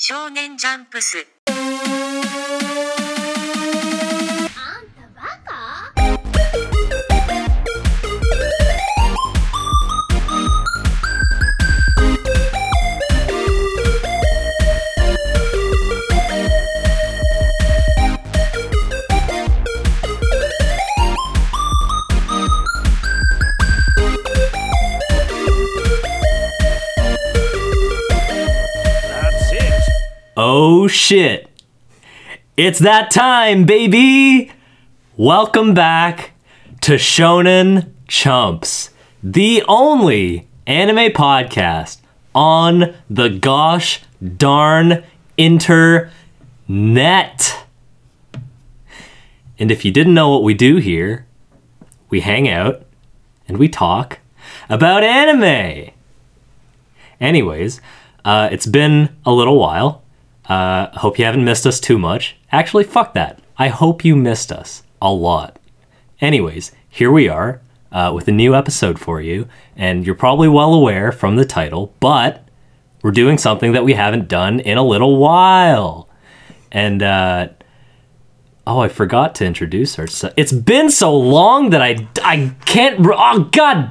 少年ジャンプス。 That's it. Oh shit. It's that time, baby! Welcome back to Shonen Chumps, the only anime podcast on the gosh darn internet. And if you didn't know what we do here, we hang out and we talk about anime. Anyways, uh, it's been a little while. Uh, hope you haven't missed us too much. Actually, fuck that. I hope you missed us a lot. Anyways, here we are uh, with a new episode for you, and you're probably well aware from the title, but we're doing something that we haven't done in a little while. And, uh, oh, I forgot to introduce ourselves. It's been so long that I, I can't. re- Oh, god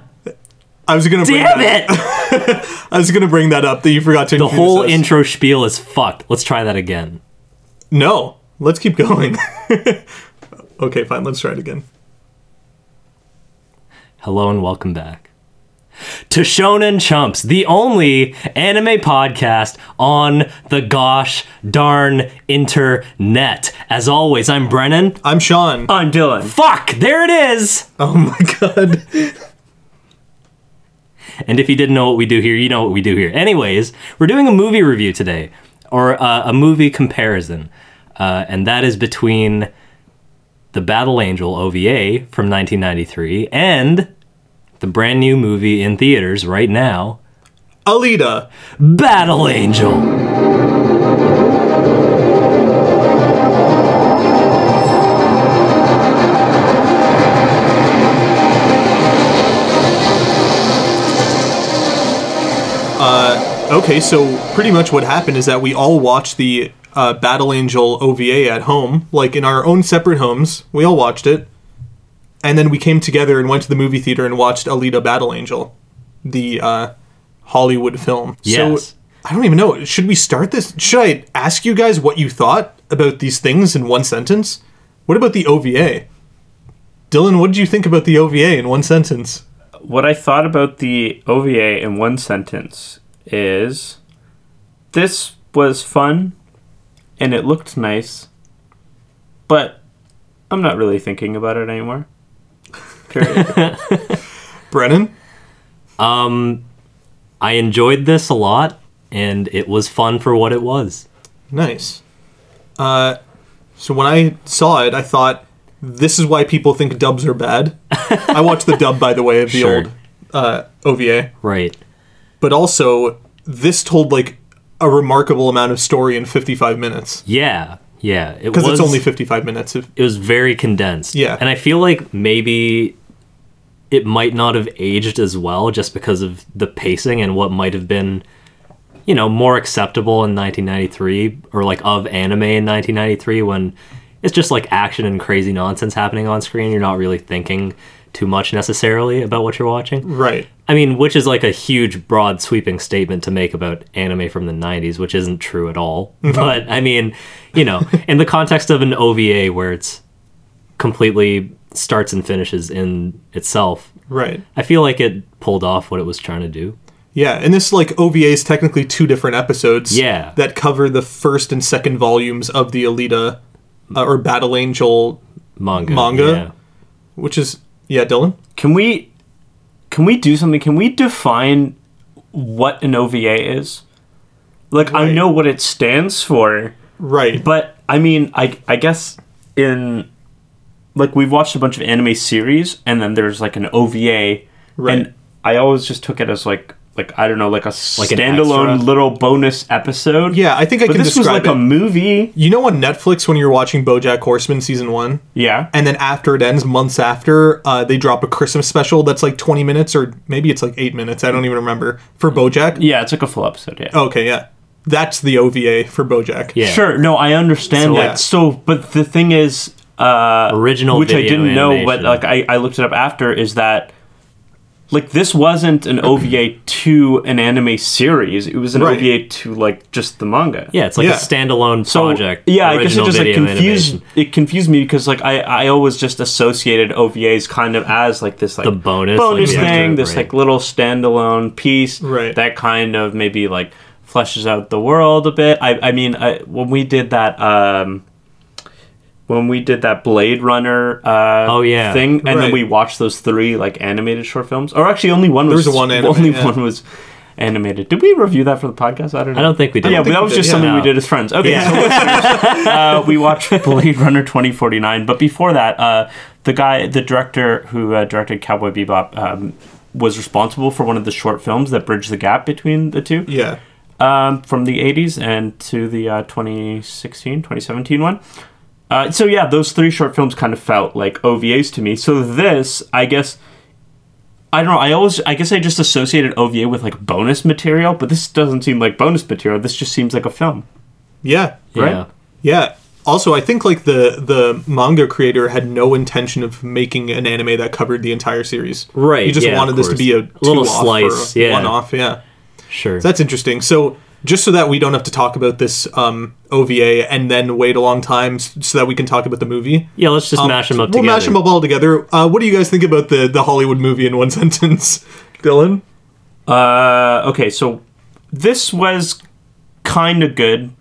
I was gonna bring damn that, it! I was gonna bring that up that you forgot to The whole us. intro spiel is fucked. Let's try that again. No, let's keep going. okay, fine. Let's try it again. Hello and welcome back to Shonen Chumps, the only anime podcast on the gosh darn internet. As always, I'm Brennan. I'm Sean. I'm Dylan. Fuck, there it is! Oh my god. And if you didn't know what we do here, you know what we do here. Anyways, we're doing a movie review today, or uh, a movie comparison, uh, and that is between the Battle Angel OVA from 1993 and the brand new movie in theaters right now, Alita. Battle Angel. Okay, so pretty much what happened is that we all watched the uh, Battle Angel OVA at home, like in our own separate homes. We all watched it, and then we came together and went to the movie theater and watched Alita: Battle Angel, the uh, Hollywood film. Yes. So I don't even know. Should we start this? Should I ask you guys what you thought about these things in one sentence? What about the OVA? Dylan, what did you think about the OVA in one sentence? What I thought about the OVA in one sentence is this was fun and it looked nice, but I'm not really thinking about it anymore. Period. Brennan? I enjoyed this a lot, and it was fun for what it was. Nice. Uh, so when I saw it, I thought, this is why people think dubs are bad. I watched the dub, by the way, of the Sure. old uh, OVA. Right. But also, this told like a remarkable amount of story in 55 minutes. Yeah. Yeah. It Because was it's only 55 minutes. If, it was very condensed. Yeah. And I feel like maybe it might not have aged as well just because of the pacing and what might have been, you know, more acceptable in 1993 or like of anime in 1993 when it's just like action and crazy nonsense happening on screen. You're not really thinking too much necessarily about what you're watching. right. I mean, which is like a huge, broad, sweeping statement to make about anime from the 90s, which isn't true at all. But I mean, you know, in the context of an OVA where it's completely starts and finishes in itself, Right. I feel like it pulled off what it was trying to do. Yeah. And this like OVA is technically two different episodes. Yeah. That cover the first and second volumes of the Alita uh, or Battle Angel, Manga. Manga? which is yeah, Dylan. can we can we do something? Can we define what an OVA is? Like I Right. know what it stands for. Right. But I mean, I I guess in like we've watched a bunch of anime series, and then there's like an OVA, Right. and I always just took it as like like I don't know, like a Like an standalone extra? little bonus episode. Yeah, I think I but can this was describe like a it. movie. You know on Netflix when you're watching BoJack Horseman season one, Yeah, and then after it ends, months after, uh, they drop a Christmas special that's like 20 Mm. minutes or maybe it's like eight minutes. I don't even remember for BoJack. Oh, yeah, it's like a full episode. Yeah, Okay, yeah, That's the OVA for BoJack. Yeah. Sure. No, I So, understand that. yeah. So, but the thing is, uh, Original which I video didn't know, but animation. like I, I looked it up after, is that like this wasn't an OVA to an anime series. It was an Right. OVA to like just the manga. Yeah, it's like Yeah. a standalone So project. yeah, I guess it original just like video confused animation. it confused me because like I I always just associated OVAs kind of as like this like The bonus, bonus like, thing, extra, this right. like little standalone piece Right. that kind of maybe like fleshes out the world a bit. I I mean I, when we did that um when we did that Blade Runner uh Oh, yeah. thing and then Right. we watched those three like animated short films or actually only one was, was one anime, only yeah. one was animated. Did we review that for the podcast? I don't know. I don't think we did. Oh, Yeah, but think that we was did, just yeah. something we No. did as friends. Okay, Yeah. so listeners, uh, we watched Blade Runner 2049, but before that, uh, the guy, the director who uh, directed Cowboy Bebop, um, was responsible for one of the short films that bridged the gap between the two Yeah. um, from the 80s and to the uh, 2016, 2017 one. Uh, so, yeah, those three short films kind of felt like OVAs to me. So, this, I guess, I don't know. I always, I guess I just associated OVA with like bonus material, but this doesn't seem like bonus material. This just seems like a film. Yeah. Yeah. right? Yeah. Also, I think like the the manga creator had no intention of making an anime that covered the entire series. Right, He just yeah, wanted of this to be a, course. A little two-off slice, or yeah. one off. Yeah. Sure. That's interesting. So, just so that we don't have to talk about this um, OVA and then wait a long time s- so that we can talk about the movie. yeah, let's um, just mash them up We'll together. mash them up all together. Uh, what do you guys think about the the Hollywood movie in one sentence, Dylan? Uh, okay, so this was kind of good,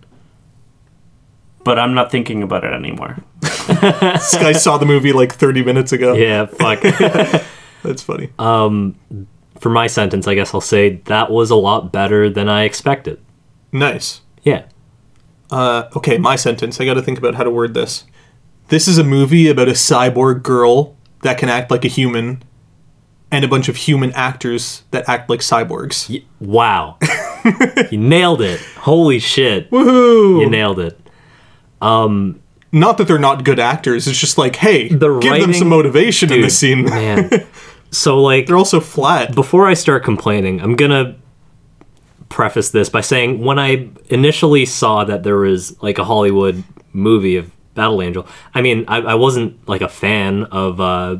but I'm not thinking about it anymore. This guy saw the movie like 30 minutes ago. Yeah, fuck. That's funny. For my sentence, I guess I'll say that was a lot better than I expected. nice. Yeah. Uh, okay, my sentence. I got to think about how to word this. This is a movie about a cyborg girl that can act like a human, and a bunch of human actors that act like cyborgs. Y- Wow. you nailed it. Holy shit. Woohoo! You nailed it. Not that they're not good actors. It's just like, hey, The give them writing- some motivation in Dude, this scene. Man. So like They're also flat. before I start complaining, I'm gonna preface this by saying when I initially saw that there was like a Hollywood movie of Battle Angel, I mean, I, I wasn't like a fan of uh,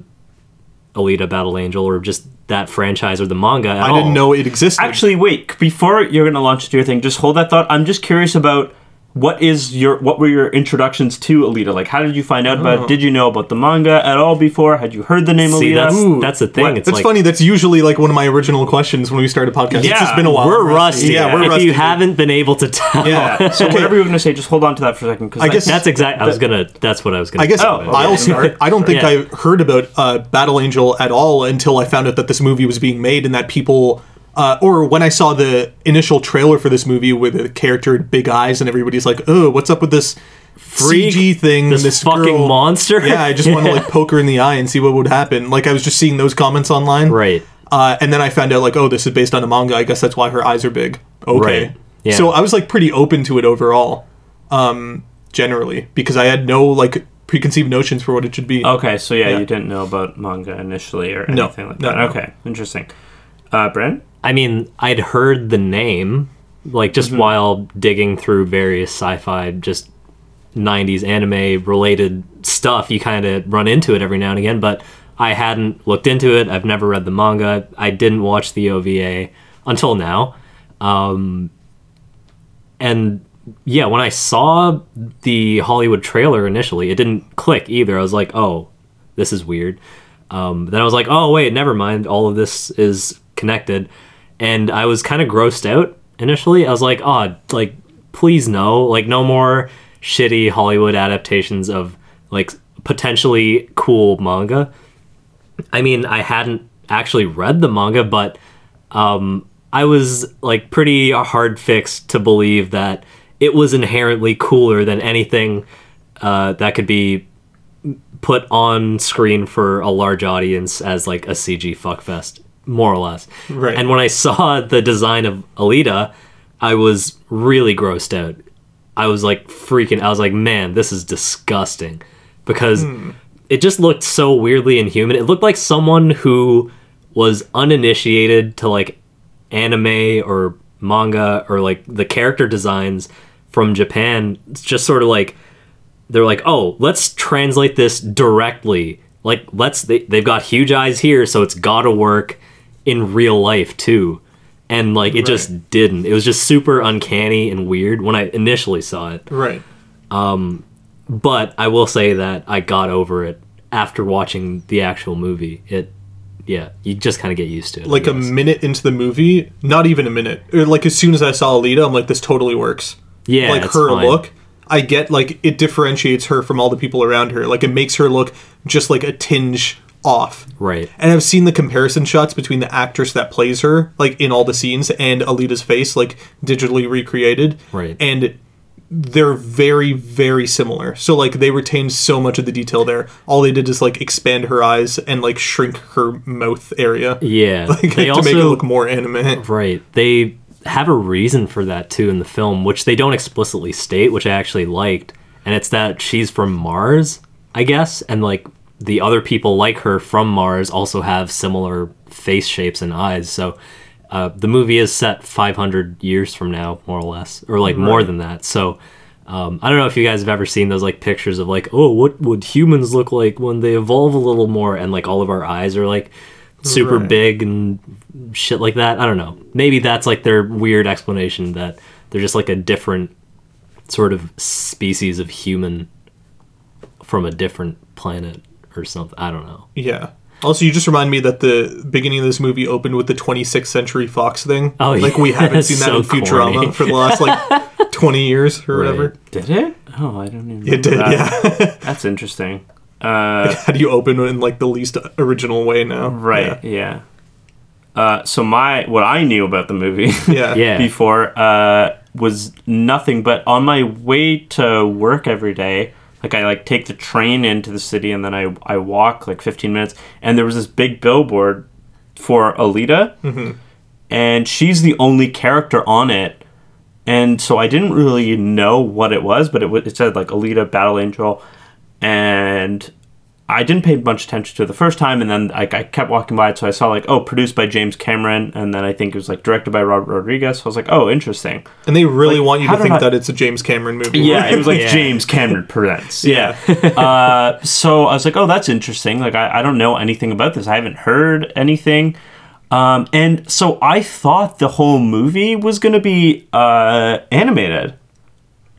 Alita Battle Angel or just that franchise or the manga at I didn't all. know it existed. Actually, wait. c- Before you're gonna launch into your thing, just hold that thought. I'm just curious about what is your what were your introductions to Alita? Like, how did you find out Oh. about? it? Did you know about the manga at all before? Had you heard the name See, Alita? that's that's the thing. What? It's that's like funny. That's usually like one of my original questions when we started a podcast. Yeah, it's just been a while. we're rusty. Yeah, we're if rusty. you haven't been able to tell, yeah. so whatever you were gonna say, just hold on to that for a second. Because I guess- that's exactly. I was gonna. That's what I was gonna. I guess Oh, okay. I'll start. I don't think Yeah. I heard about uh, Battle Angel at all until I found out that this movie was being made and that people, uh, or when I saw the initial trailer for this movie with a character with big eyes and everybody's like, "Oh, what's up with this Freak, CG thing? this fucking girl?" monster. Yeah, I just want to like poke her in the eye and see what would happen. Like I was just seeing those comments online, Right. Uh, and then I found out like, oh, this is based on a manga. I guess that's why her eyes are big. Okay. Right. Yeah. So I was like pretty open to it overall, um, generally because I had no like preconceived notions for what it should be. okay, so yeah, Yeah. you didn't know about manga initially or No, anything like no, that. no. Okay, interesting. Uh, Brent. I mean, I'd heard the name, like just while digging through various sci-fi, just '90s anime-related stuff. You kind of run into it every now and again, but I hadn't looked into it. I've never read the manga. I didn't watch the OVA until now, um, and yeah, when I saw the Hollywood trailer initially, it didn't click either. I was like, oh, this is weird. Um, then I was like, oh, wait, never mind. All of this is connected. And I was kind of grossed out initially. I was like, oh, like, please no. Like, no more shitty Hollywood adaptations of, like, potentially cool manga. I mean, I hadn't actually read the manga, but um, I was like pretty hard fixed to believe that it was inherently cooler than anything uh, that could be put on screen for a large audience as like a CG fuckfest, more or less. Right. And when I saw the design of Alita, I was really grossed out. I was like freaking. I was like, man, this is disgusting, because it just looked so weirdly inhuman. It looked like someone who was uninitiated to like anime or manga or like the character designs from Japan. It's just sort of like they're like, oh, let's translate this directly. Like, let's they, they've got huge eyes here, so it's gotta work in real life too. And like it just didn't. It was just super uncanny and weird when I initially saw it. Right. But I will say that I got over it after watching the actual movie. It, yeah, you just kind of get used to it. I Like a guess. minute into the movie, not even a minute. Or like as soon as I saw Alita, I'm like, this totally works. yeah, like it's her fine. look. I get like it differentiates her from all the people around her. Like it makes her look just like a tinge off. right? And I've seen the comparison shots between the actress that plays her, like in all the scenes, and Alita's face, like digitally recreated. Right. And they're very, very similar. So like they retained so much of the detail there. All they did is like expand her eyes and like shrink her mouth area. Yeah, Like, they to also make it look more anime. right. They have a reason for that too in the film, which they don't explicitly state, which I actually liked. And it's that she's from Mars, I guess, and like the other people like her from Mars also have similar face shapes and eyes. So uh, the movie is set 500 years from now, more or less, or like more than that. So. Um, I don't know if you guys have ever seen those like pictures of like, oh, what would humans look like when they evolve a little more, and like all of our eyes are like super Right. big and shit like that. I don't know. Maybe that's like their weird explanation that they're just like a different sort of species of human from a different planet or something. I don't know. Yeah. Also, you just remind me that the beginning of this movie opened with the 26th Century Fox thing. Oh, like yeah. we haven't seen that So in Futurama corny. for the last like 20 years or whatever. Did it? Oh, I don't even. It did, that. yeah. That's interesting. Uh, How do you open in like the least original way now? right. Yeah. Uh, so my what I knew about the movie. Yeah. Yeah. before uh, was nothing but on my way to work every day like i like take the train into the city and then i, I walk like 15 minutes and there was this big billboard for alita and she's the only character on it and so i didn't really know what it was but it, wa- it said like alita battle angel and I didn't pay much attention to it the first time, and then like I kept walking by it, so I saw like oh, produced by James Cameron, and then I think it was like directed by Robert Rodriguez. So I was like, oh, interesting. And they really Like, want you how to did think I- that it's a James Cameron movie. Yeah, it was like Yeah. James Cameron presents. Yeah. Yeah. uh, so I was like, oh, that's interesting. Like I, I don't know anything about this. I haven't heard anything. Um, and so I thought the whole movie was going to be uh, animated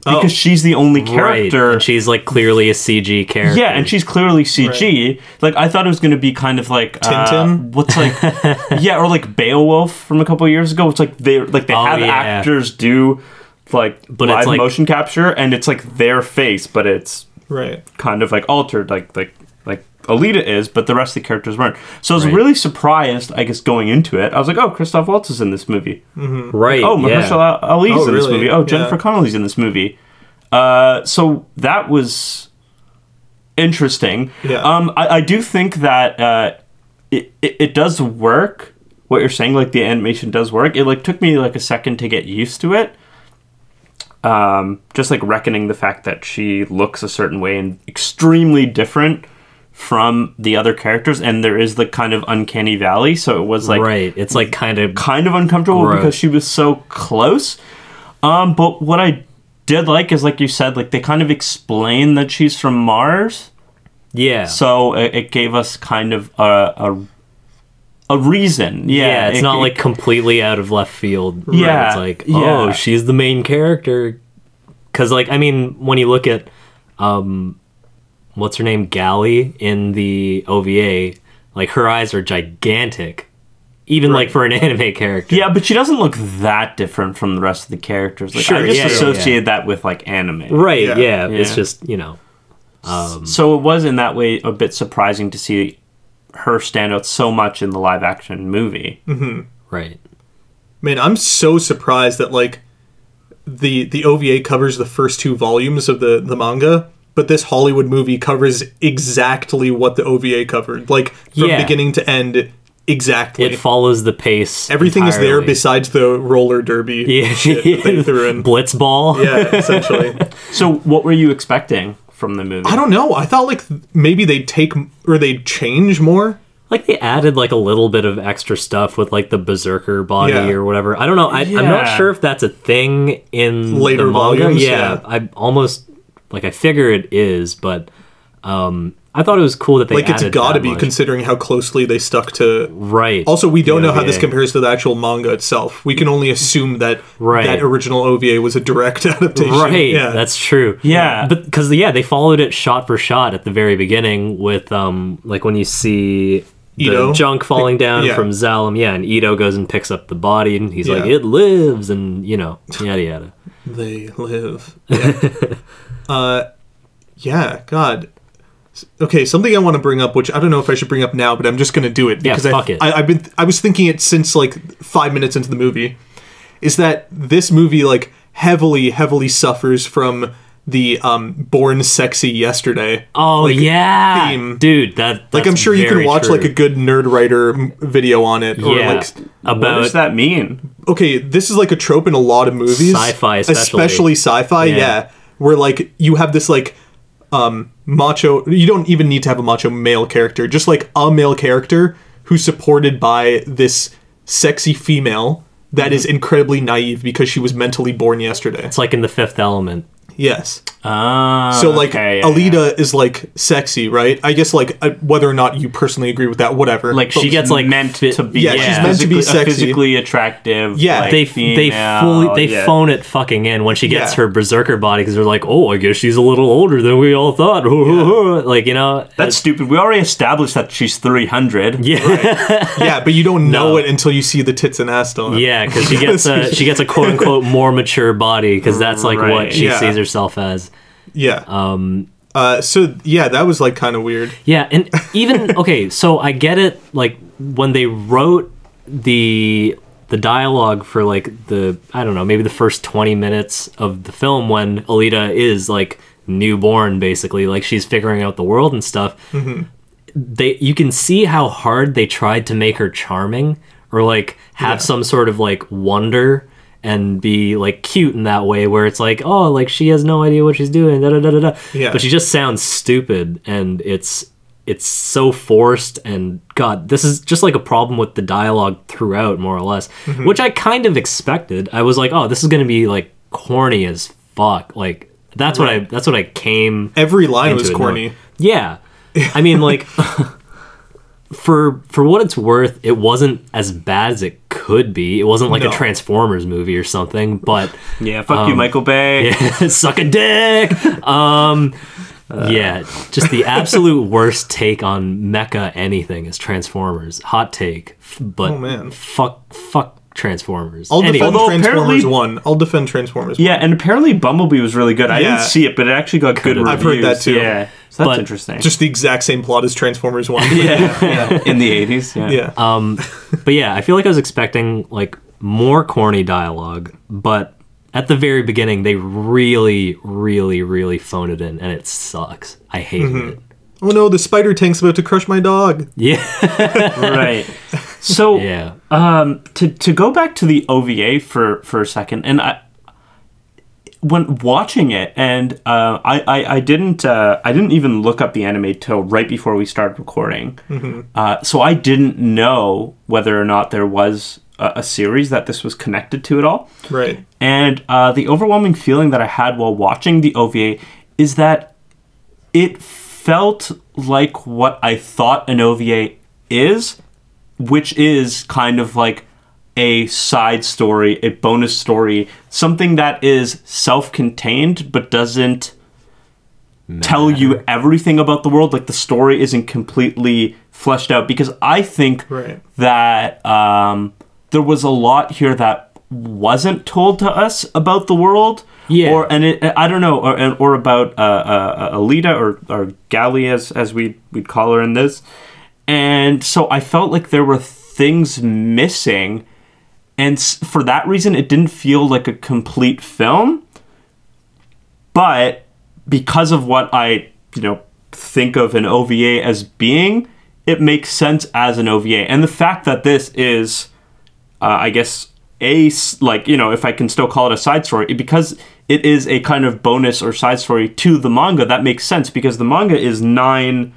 because she's the only Oh. Right. character. And she's like clearly a CG character. Yeah, and she's clearly CG. Like I thought it was going to be kind of like uh, Tintin? what's like, yeah, or like Beowulf from a couple years ago. It's like they like they Oh, have yeah. actors do like But it's live like- motion capture, and it's like their face, but it's Right. kind of like altered, like like like Alita is, but the rest of the characters weren't. So I was Right. really surprised, I guess, going into it. I was like, oh, Christoph Waltz is in this movie. right. Oh, yeah. Mahershala Ali's Oh, in this really? movie. Oh, Yeah. Jennifer Connelly's in this movie. Uh, so that was interesting. Yeah. Um, I, I do think that uh, it, it it does work. What you're saying, like the animation does work. It like took me like a second to get used to it. Um, just like reckoning the fact that she looks a certain way and extremely different from the other characters, and there is the kind of uncanny valley. So it was like right. It's like kind of kind of uncomfortable Gross. because she was so close. Um, but what I did like is, like you said, like they kind of explain that she's from Mars, yeah. so it, it gave us kind of a a, a reason. Yeah, yeah, it's it- not it- like completely out of left field. where Yeah, it's like yeah. oh, she's the main character. Because like I mean, when you look at um, what's her name, Gally in the OVA, like her eyes are gigantic, even like for an anime character. yeah, but she doesn't look that different from the rest of the characters. Like, I Sure, just yeah, yeah, associated that with like anime. Right. Yeah. Yeah. It's Yeah. just you know. Um, So it was in that way a bit surprising to see her stand out so much in the live action movie. Hmm. Right. Man, I'm so surprised that like the the OVA covers the first two volumes of the the manga, but this Hollywood movie covers exactly what the OVA covered, like from Yeah. beginning to end, exactly. It follows the pace. Everything is there entirely. besides the roller derby Yeah. shit that they threw in. Blitzball. yeah, essentially. So what were you expecting from the movie? I don't know. I thought like th- maybe they'd take m- or they'd change more. like they added like a little bit of extra stuff with like the berserker body Yeah. or whatever. I don't know. I, I'm Yeah. not sure if that's a thing in Later the manga. volumes, yeah, yeah. I almost like I figure it is, but um, I thought it was cool that they Like it's added got to that be much. considering how closely they stuck to. right. Also, we don't The know how this OVA. compares to the actual manga itself. We can only assume that Right. that original OVA was a direct adaptation. Right, Yeah. that's true. Yeah. but because yeah, they followed it shot for shot at the very beginning with um, like when you see the Ito? junk falling down Yeah. from Zalem, yeah, and Ito goes and picks up the body, and he's like, Yeah. "It lives," and you know, yada yada. They live. Yeah. uh, yeah, God. S- Okay, something I want to bring up, which I don't know if I should bring up now, but I'm just gonna do it Yeah, because fuck I, it. I, have been I was thinking it since like five minutes into the movie, is that this movie like heavily heavily suffers from the um born sexy yesterday. Oh like, yeah, theme. dude, that Like I'm that's sure you can very watch like true. a good nerd writer m- video on it, or yeah like s- what about does that mean? okay, this is like a trope in a lot of movies, Sci-fi especially. sci-fi. Yeah. where like you have this like um macho. You don't even need to have a macho male character, just like a male character who's supported by this sexy female that Mm-hmm. is incredibly naive because she was mentally born yesterday. it's like in the Fifth Element. Yes. Ah, So like okay, yeah, yeah. Alita is like sexy, right? I guess like uh, whether or not you personally agree with that, whatever. like she she's gets, like, meant fit- to be, Yeah, she's meant to be physically- a sexy. physically attractive. Yeah. like, They they female, fully they yeah. phone it fucking in when she gets Yeah. her berserker body because they're like, oh, I guess she's a little older than we all thought. Like you know, That's stupid. We already established that she's three hundred. yeah. yeah, but you don't know it until you see the tits and ass. Don't Yeah, because she gets a she gets a quote unquote more mature body because that's like Right. what she Yeah. sees herself as. Yeah. Um. Uh. So yeah, that was like kind of weird. Yeah, and even okay, so I get it. Like when they wrote the the dialogue for like the I don't know maybe the first twenty minutes of the film when Alita is like newborn basically like she's figuring out the world and stuff. They you can see how hard they tried to make her charming or like have some sort of like wonder and be like cute in that way where it's like oh like she has no idea what she's doing da da da da da Yeah. but she just sounds stupid and it's it's so forced and god this is just like a problem with the dialogue throughout more or less which i kind of expected i was like oh this is going to be like corny as fuck like that's what i that's what i came Every line into was it, no. corny. yeah i mean like for for what it's worth it wasn't as bad as it could be it wasn't like No. a transformers movie or something but Yeah, fuck Um, you, Michael Bay. suck a dick. Um, yeah, just the absolute worst take on mecha anything is Transformers. Hot take, f- but Oh, man. fuck, fuck Transformers. I'll Anyway, defend Although Transformers apparently- One. I'll defend Transformers. Yeah, and apparently Bumblebee was really good. I Yeah. didn't see it, but it actually got good Could've. reviews. I've heard that too. Yeah, so that's But- interesting. One. Just the exact same plot as Transformers One. yeah, yeah. in the eighties. Yeah. yeah. Uh, but yeah, I feel like I was expecting like more corny dialogue, but at the very beginning they really, really, really phoned it in, and it sucks. I hated it. oh no, the spider tank's about to crush my dog. Yeah, right. So yeah. um, to to go back to the OVA for for a second, and I when watching it, and uh, I, I I didn't uh, I didn't even look up the anime till right before we started recording, uh, so I didn't know whether or not there was a, a series that this was connected to at all. Right. And uh, the overwhelming feeling that I had while watching the OVA is that it felt like what I thought an OVA is, which is kind of like a side story, a bonus story, something that is self contained but doesn't tell you everything about the world. Like the story isn't completely fleshed out because I think Right. that um, there was a lot here that wasn't told to us about the world. Yeah. Or and it, I don't know, or and- or about uh, uh, uh, Alita or or Gally as as we we'd call her in this, and so I felt like there were things missing, and s- for that reason, it didn't feel like a complete film but because of what I you know think of an OVA as being, it makes sense as an OVA. And the fact that this is, uh, I guess, a s- like you know if I can still call it a side story because it is a kind of bonus or side story to the manga. That makes sense because the manga is nine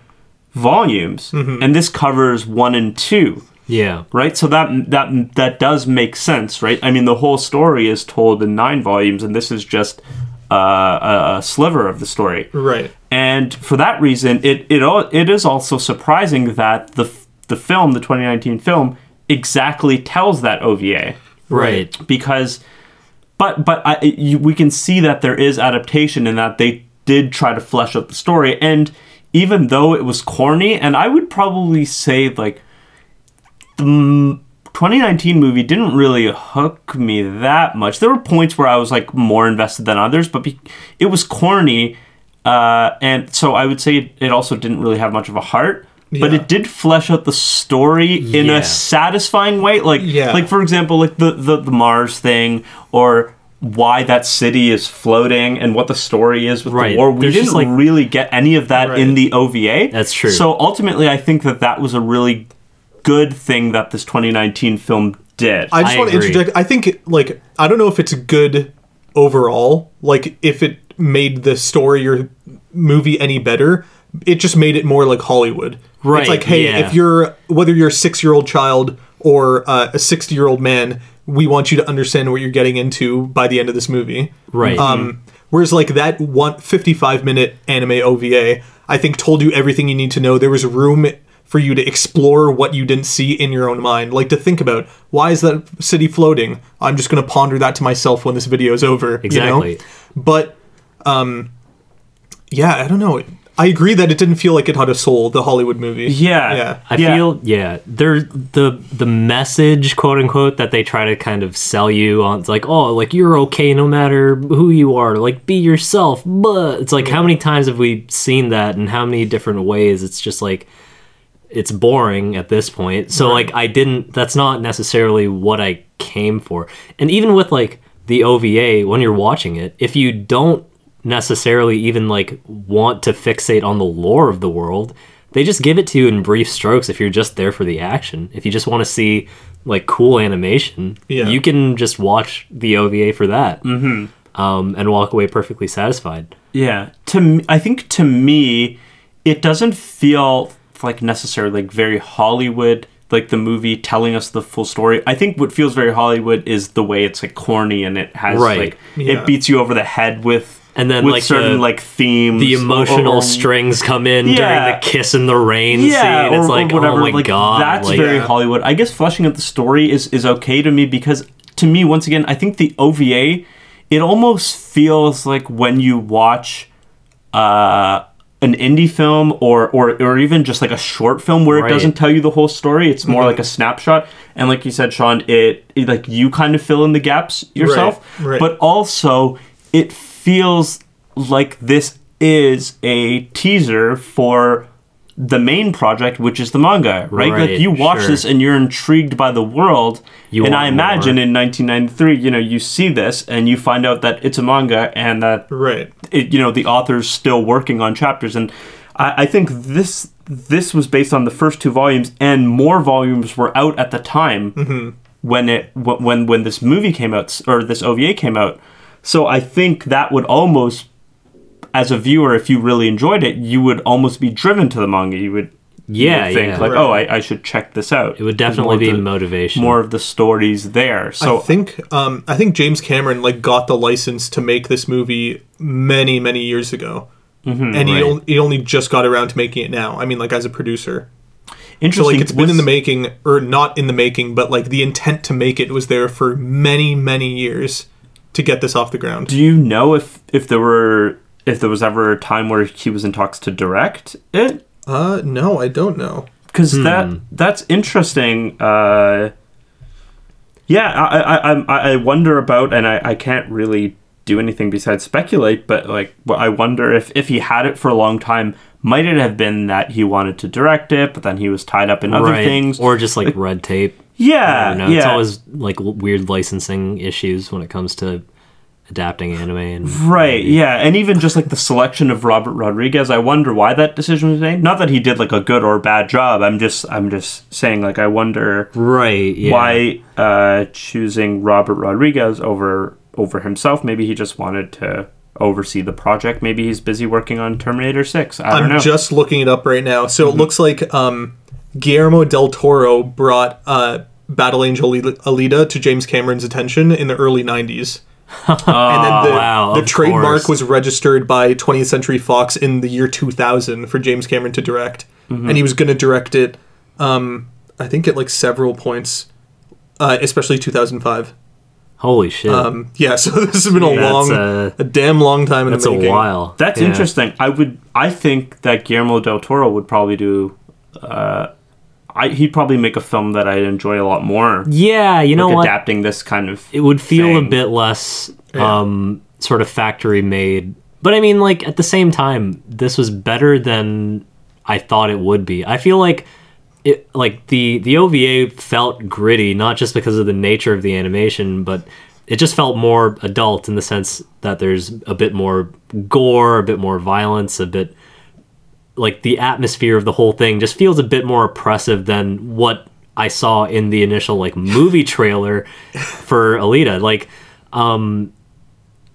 volumes, and this covers one and two, Yeah. right? So that that that does make sense, right? I mean, the whole story is told in nine volumes, and this is just uh, a, a sliver of the story. Right. And for that reason, it it al- it is also surprising that the f- the film, the 2019 film, exactly tells that OVA Right. because but but I, you, we can see that there is adaptation and that they did try to flesh out the story and even though it was corny and i would probably say like the m- 2019 movie didn't really hook me that much there were points where i was like more invested than others but be, it was corny uh, and so i would say it, it also didn't really have much of a heart but Yeah. it did flesh out the story in Yeah. a satisfying way like Yeah. like for example, like the, the the Mars thing, or why that city is floating and what the story is with Right. the war. We There's just, didn't like- really get any of that in Right. the OVA. That's true. So ultimately, I think that that was a really good thing that this 2019 film did. I just I want to agree. interject. I think like I don't know if it's good overall. Like if it made the story or movie any better, it just made it more like Hollywood. Right, It's like hey, yeah. if you're whether you're a six year old child or uh, a sixty year old man, we want you to understand what you're getting into by the end of this movie. Right. Mm-hmm. Um, whereas like that one 55 minute anime OVA, I think told you everything you need to know. There was room for you to explore what you didn't see in your own mind, like to think about why is that city floating? I'm just gonna ponder that to myself when this video is over. Exactly. You know? But um, yeah, I don't know. I agree that it didn't feel like it had a soul. The Hollywood movie. yeah, Yeah. I yeah. feel yeah, there the the message quote unquote that they try to kind of sell you on it's like oh like you're okay no matter who you are like be yourself but it's like how many times have we seen that in how many different ways it's just like it's boring at this point so like I didn't that's not necessarily what I came for and even with like the OVA when you're watching it if you don't necessarily even like want to fixate on the lore of the world. They just give it to you in brief strokes if you're just there for the action. If you just want to see like cool animation, Yeah. you can just watch the OVA for that mm-hmm. um, and walk away perfectly satisfied. Yeah, to m- I think to me, it doesn't feel like necessarily like very Hollywood, like the movie telling us the full story. I think what feels very Hollywood is the way it's like corny and it has Right. like Yeah. it beats you over the head with And then, with like, the- certain like themes, The or- emotional or- strings come in Yeah. during the kiss in the rain yeah, scene. It's or, like, or whatever. oh my like, god, that's like- very Yeah. Hollywood. I guess fleshing out the story is is okay to me because to me, once again, I think the OVA, it almost feels like when you watch uh, an indie film or, or or even just like a short film where Right. Mm-hmm. it doesn't tell you the whole story. It's more like a snapshot. And like you said, Sean, it, it like you kind of fill in the gaps yourself, right. but also it feels like this is a teaser for the main project which is the manga right, Right, like you watch sure. this and you're intrigued by the world You and want i imagine more. in 1993 you know you see this and you find out that it's a manga and that Right. it, you know the author's still working on chapters and I, I think this this was based on the first two volumes and more volumes were out at the time Mm-hmm. when it wh- when when this movie came out s- or this OVA came out so I think that would almost as a viewer if you really enjoyed it you would almost be driven to the manga you would you Yeah, would think yeah. like Right. oh I, I should check this out it would There's definitely be more of the- motivation. more of the stories there so I think um, I think James Cameron like got the license to make this movie many many years ago, and he, right. on- he only just got around to making it now. I mean, like as a producer, so interesting like it's been in this- the making or not in the making, but like the intent to make it was there for many many years to get this off the ground. Do you know if if there were if there was ever a time where he was in talks to direct it? Uh, no, I don't know. Because Hmm. that that's interesting. Uh, yeah, I I, I I'm- I I wonder about, and I, I can't really do anything besides speculate. But like, wh- I wonder if if he had it for a long time, might it have been that he wanted to direct it, but then he was tied up in other Right. things? or just like red tape. I yeah, don't know. yeah, It's always like l- weird licensing issues when it comes to adapting anime and Right, yeah, and even just like the selection of Robert Rodriguez, I wonder why that decision was made. Not that he did like a good or bad job. I'm just I'm just saying like I wonder right. Yeah. why uh choosing Robert Rodriguez over over himself. Maybe he just wanted to oversee the project. Maybe he's busy working on Terminator 6. I don't I'm know. just looking it up right now. So Mm-hmm. it looks like um, Guillermo del Toro brought uh, Battle Angel Ali- Alita to James Cameron's attention in the early 90s. and then the, Oh, wow, the of trademark course. was registered by 20th Century Fox in the year 2000 for James Cameron to direct. Mm-hmm. And he was going to direct it, um, I think, at like several points, uh, especially 2005. Holy shit. uh, Um, yeah, so this has been a that's long, a- a, damn long time in That's the a making. while. That's Yeah. interesting. I would. I think that Guillermo del Toro would probably do. Uh, I he'd probably make a film that I'd enjoy a lot more. Yeah, you know like what? adapting this kind of. it would feel a thing. bit less um, sort of factory made. But I mean, like at the same time, this was better than I thought it would be. I feel like it, like the the OVA felt gritty, not just because of the nature of the animation, but it just felt more adult in the sense that there's a bit more gore, a bit more violence, a bit like the atmosphere of the whole thing just feels a bit more oppressive than what I saw in the initial like movie trailer for Alita. Like, um,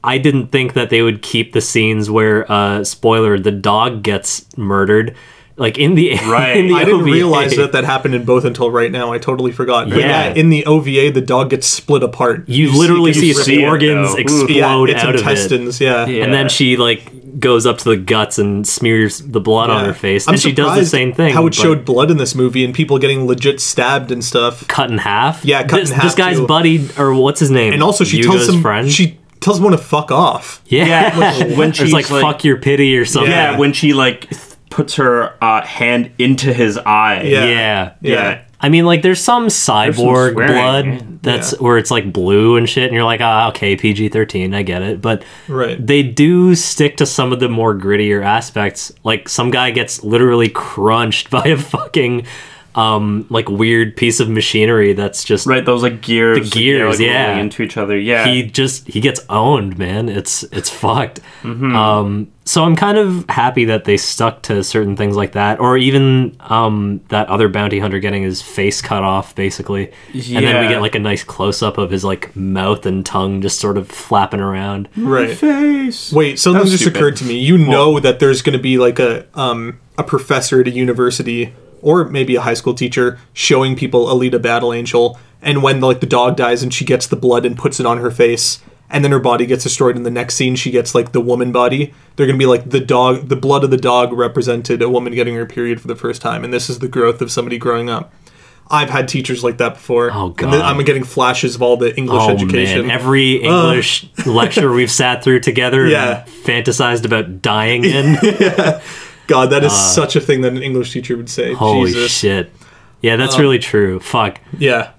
I didn't think that they would keep the scenes where, uh, spoiler, the dog gets murdered, like in the Right. in the I didn't OVA. realize that that happened in both until right now. I totally forgot. But Yeah. yeah, in the OVA, the dog gets split apart. You, literally see, you its see it, organs though. explode yeah, its out of it. intestines. Yeah. Yeah. And then she like goes up to the guts and smears the blood on Yeah. her face, I'm and she does the surprised same thing. How it but- showed blood in this movie and people getting legit stabbed and stuff. cut in half. Yeah, cut this, in half, This guy's too. buddy, or what's his name? And also, she Yugo's tells them friend. she tells one to fuck off. yeah, when- when It's like, she's like- fuck your pity or something. Yeah, Yeah. when she like th- puts her uh, hand into his eye. Yeah. Yeah. Yeah. I mean, like, there's some some cyborg swearing, yeah. blood that's where it's like blue and shit, and you're like, ah, okay, PG 13, I get it. But Right. they do stick to some of the more grittier aspects. Like, some guy gets literally crunched by a fucking, um, like, weird piece of machinery that's just Right, those like gears, like, they're, gears, like, yeah. rolling into each other. Yeah, he just he gets owned, man. It's it's fucked. Mm-hmm. Um, so I'm kind of happy that they stuck to certain things like that, or even um, that other bounty hunter getting his face cut off, basically, and then we Yeah. get like a nice close up of his like mouth and tongue just sort of flapping around. Right. face. Wait, something was just stupid. occurred to me. You know that there's going to be like a um, a professor at a university or maybe a high school teacher showing people Alita Battle Angel, and when like the dog dies and she gets the blood and puts it on her face, and then her body gets destroyed. In the next scene, she gets like the woman body. They're going to be like the dog, the blood of the dog represented a woman getting her period for the first time, and this is the growth of somebody growing up. I've had teachers like that before. Oh, And then God. I'm getting flashes of all the English Oh education. man, every English lecture we've sat through together, Yeah. and fantasized about dying in. God, that is such a thing that an English teacher would say. Uh, Holy Jesus. Um, shit. Yeah, that's really true. Fuck. Yeah.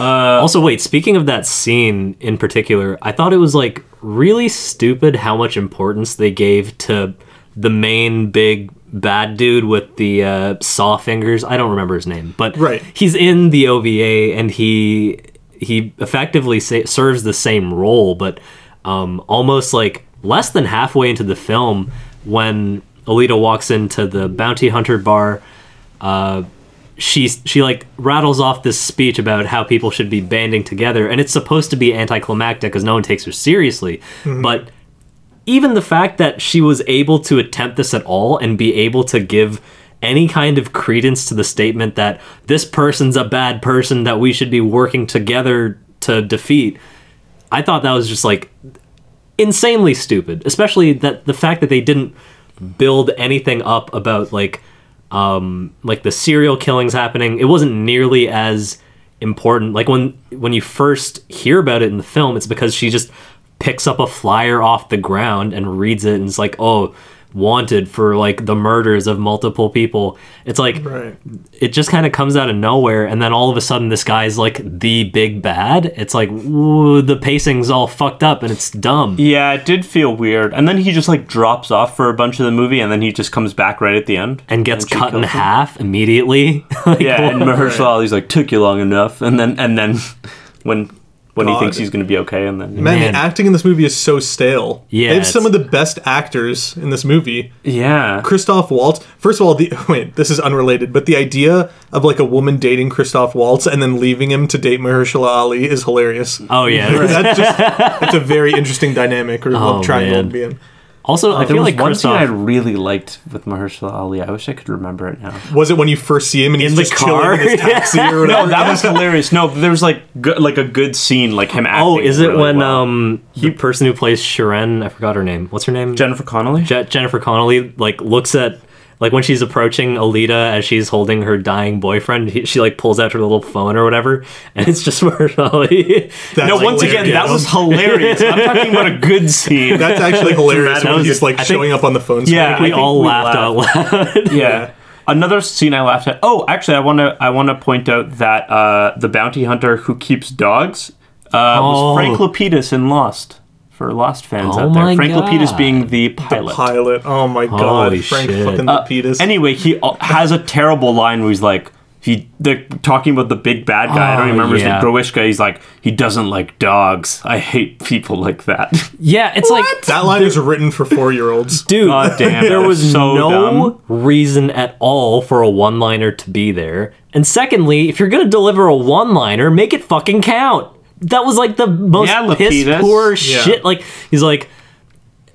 Also, wait, speaking of that scene in particular, I thought it was like really stupid how much importance they gave to the main big bad dude with the uh, saw fingers. I don't remember his name, but Right. he's in the OVA and he he effectively sa- serves the same role, but um, almost like less than halfway into the film when Alita walks into the bounty hunter bar uh, she she like rattles off this speech about how people should be banding together and it's supposed to be anticlimactic because no one takes her seriously but even the fact that she was able to attempt this at all and be able to give any kind of credence to the statement that this person's a bad person that we should be working together to defeat i thought that was just like insanely stupid especially that the fact that they didn't build anything up about like um like the serial killings happening it wasn't nearly as important like when when you first hear about it in the film it's because she just picks up a flyer off the ground and reads it and it's like oh wanted for like the murders of multiple people it's like Right. it just kind of comes out of nowhere and then all of a sudden this guy's like the big bad it's like ooh, the pacing's all fucked up and it's dumb Yeah, it did feel weird. And then he just like drops off for a bunch of the movie, and then he just comes back right at the end. and gets she cut in kills him. half immediately Like, Yeah, and what? Mahershala, he's like, took you long enough, and then and then when when he God. thinks he's going to be okay, and then Man, Man. the acting in this movie is so stale. Yeah, they have some of it's- the best actors in this movie. yeah, Christoph Waltz. First of all, the wait, this is unrelated, but the idea of like a woman dating Christoph Waltz and then leaving him to date Mahershala Ali is hilarious. Oh yeah. That's just it's a very interesting dynamic or love triangle man. to be in. Also, I Uh, There feel was like one thing I Christoph. really liked with Mahershala Ali. I wish I could remember it now. Was it when you first see him and he's the just chilling in his car? taxi or whatever? No, Oh, that was hilarious. No, there was like good, like a good scene, like him acting. Oh, is it really when well. um the person who plays Sharon? I forgot her name. What's her name? Jennifer Connelly? Je- Jennifer Connelly like looks at like when she's approaching Alita as she's holding her dying boyfriend, he, she like pulls out her little phone or whatever, and it's just Mahershala. That's no, once hilarious. again, that was hilarious. I'm talking about a good scene. That's actually hilarious That when was- he's like I think- showing up on the phone. Yeah, screen. I we think all we laughed out loud. yeah. Another scene I laughed at. Oh, actually, I want to I want to point out that uh, the bounty hunter who keeps dogs uh, Oh. was Frank Lapidus in Lost. For Lost fans Oh out there, my Frank Lapidus God. being the pilot. pilot. Oh my god, Holy Frank shit. fucking Uh, Lapidus. Anyway, he uh, has a terrible line where he's like, he they're talking about the big bad guy. I don't Oh, remember yeah. his name. Broishka. He's like, he doesn't like dogs. I hate people like that. yeah, it's like that line is written for four year olds. dude, God damn, there that was was so no dumb. reason at all for a one-liner to be there. And secondly, if you're gonna deliver a one-liner, make it fucking count. That was like the most Yeah, piss Lapidus. poor Yeah. shit. Like he's like,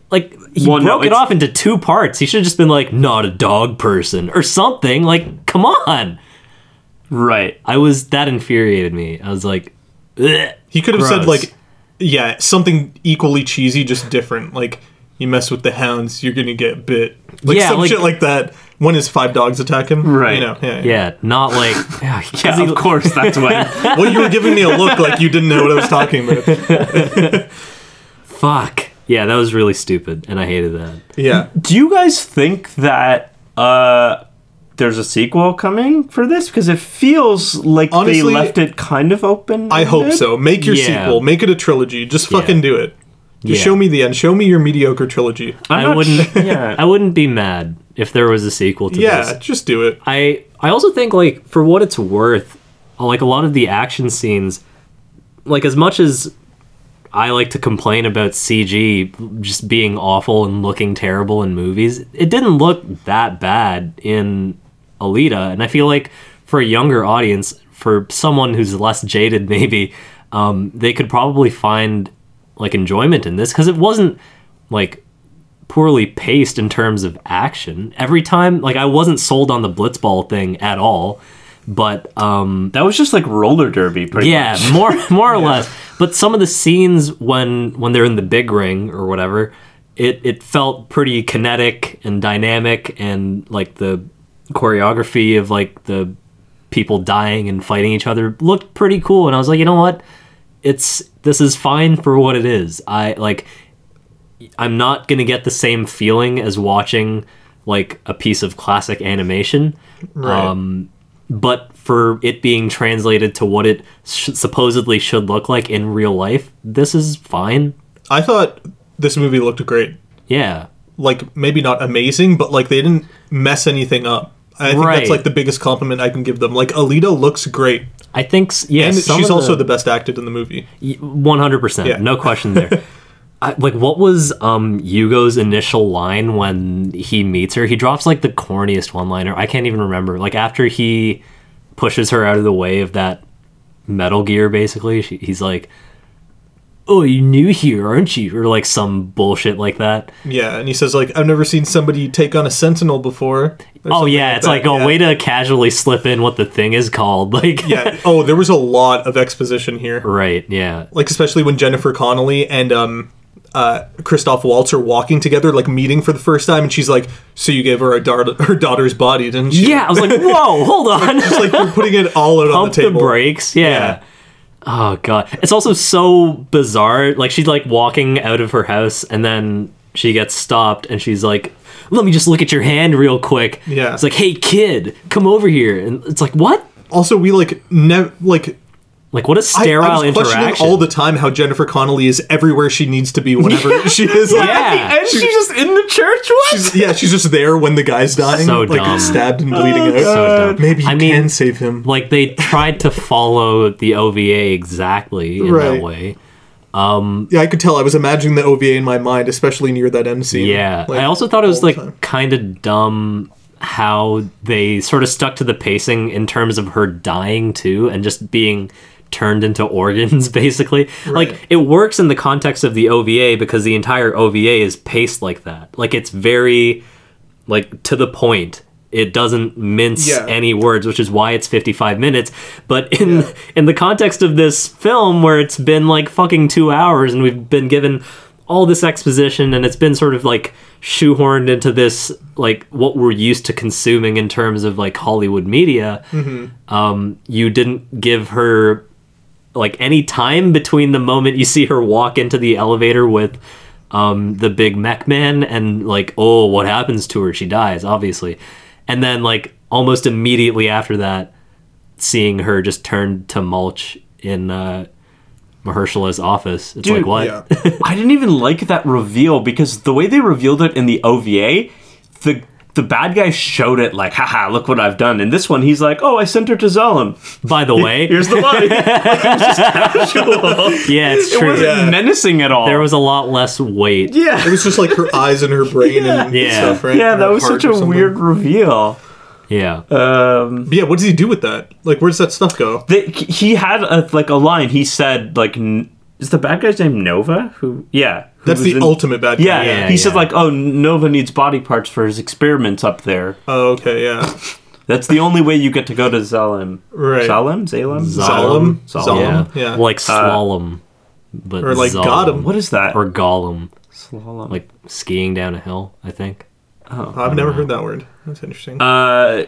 like he Well, no, broke it it's- off into two parts. He should have just been like, not a dog person or something. Like, come on. right. I was that infuriated me. I was like, Ugh. He could have said Gross. like, yeah, something equally cheesy, just different. Like you mess with the hounds, you're gonna get bit. Like Yeah, some like- shit like that. When his five dogs attack him, Right. You know, yeah. yeah. yeah, not like, yeah, 'cause Yeah, he- of course. That's what. Well, you were giving me a look like you didn't know what I was talking about. fuck. Yeah, that was really stupid, and I hated that. Yeah, Do you guys think that uh, there's a sequel coming for this? Because it feels like they Honestly, left it kind of open. I hope so. Make your Yeah. sequel. Make it a trilogy. Just fucking do it. Just Yeah. show me the end. Show me your mediocre trilogy. I'm I not wouldn't- sure- yeah. I wouldn't be mad if there was a sequel to Yeah, this. just do it. I I also think like for what it's worth, like a lot of the action scenes, like as much as I like to complain about CG just being awful and looking terrible in movies, it didn't look that bad in Alita, and I feel like for a younger audience, for someone who's less jaded, maybe um, they could probably find like enjoyment in this because it wasn't like poorly paced in terms of action. Every time, like I wasn't sold on the blitzball thing at all, but um, That was just like roller derby, pretty yeah, much. more more or less. But some of the scenes when when they're in the big ring or whatever, it it felt pretty kinetic and dynamic, and like the choreography of like the people dying and fighting each other looked pretty cool. And I was like, you know what? It's this is fine for what it is. I like I'm not gonna get the same feeling as watching like a piece of classic animation, Right. Um, but for it being translated to what it sh- supposedly should look like in real life, this is fine. I thought this movie looked great. Yeah, like maybe not amazing, but like they didn't mess anything up. I think Right. that's like the biggest compliment I can give them. Like Alita looks great, I think s- yeah, and some she's of also the best acted in the movie. One hundred Yeah. percent, no question there. I, like, what was um Yugo's initial line when he meets her? He drops like the corniest one-liner. I can't even remember. Like after he pushes her out of the way of that Metal Gear, basically, she, he's like, "Oh, you new here, aren't you?" Or like some bullshit like that. Yeah, and he says like I've never seen somebody take on a sentinel before. or Oh something yeah, it's that. like a yeah. way to casually slip in what the thing is called. Like yeah. Oh, there was a lot of exposition here. right, yeah. Like especially when Jennifer Connelly and um uh Christoph Waltz are walking together, like meeting for the first time, and she's like, "So you gave her a dar- her daughter's body, didn't you?" Yeah, I was like, "Whoa, hold on." It's like you're putting it all out on the Pump the, table. brakes. Yeah. Yeah. Oh god. It's also so bizarre. Like she's like walking out of her house and then she gets stopped and she's like, "Let me just look at your hand real quick." Yeah. It's like, "Hey kid, come over here." And it's like, "What?" also we like never like Like what a I- sterile I, was questioning interaction. all the time how Jennifer Connelly is everywhere she needs to be whenever she is. Like, Yeah. At the end, she's just in the church. What? she's- yeah, she's just there when the guy's dying, So like dumb. stabbed and bleeding out. So dumb. Maybe you I can mean- save him. like they tried to follow the OVA exactly in Right. that way. Yeah, I could tell. I was imagining the OVA in my mind, especially near that end scene. Yeah. Like, I also thought it was all the like time. kind of dumb how they sort of stuck to the pacing in terms of her dying too and just being turned into organs basically. Like it works in the context of the OVA because the entire OVA is paced like that. Like it's very like to the point. It doesn't mince Yeah. any words, which is why it's 55 minutes. But in in the context of this film where it's been like fucking 2 hours and we've been given all this exposition and it's been sort of like shoehorned into this like what we're used to consuming in terms of like Hollywood media. Um you didn't give her like any time between the moment you see her walk into the elevator with um, the big mech man and like oh what happens to her she dies obviously and then like almost immediately after that seeing her just turned to mulch in uh, Mahershala's office it's Dude, like what Yeah. I didn't even like that reveal because the way they revealed it in the OVA, the the bad guy showed it like, haha, look what I've done. And this one, he's like, oh, I sent her to Zalem. by the way Here's the body. yeah it's It true wasn't Yeah. menacing at all. there was a lot less weight yeah. It was just like her eyes and her brain and Yeah. stuff, right? Yeah, And that her was heart such a or something. weird reveal. yeah Um, Yeah, what does he do with that? Like, where does that stuff go? the, he had a, like a line. He said like, n- "Is the bad guy's name Nova?" Who? Yeah, who That's was the in- ultimate bad guy. Yeah, Yeah, he said yeah. like, "Oh, Nova needs body parts for his experiments up there." Oh, okay, yeah. That's the only way you get to go to Zalem. Right. Zalem? Zalem? Zalem. Zalem. Zalem. yeah. yeah. Uh, like slalom but or, like, zalem. Gotham. What is that? or golem Slalom. like skiing down a hill I think I've uh, never heard that word. That's interesting. uh,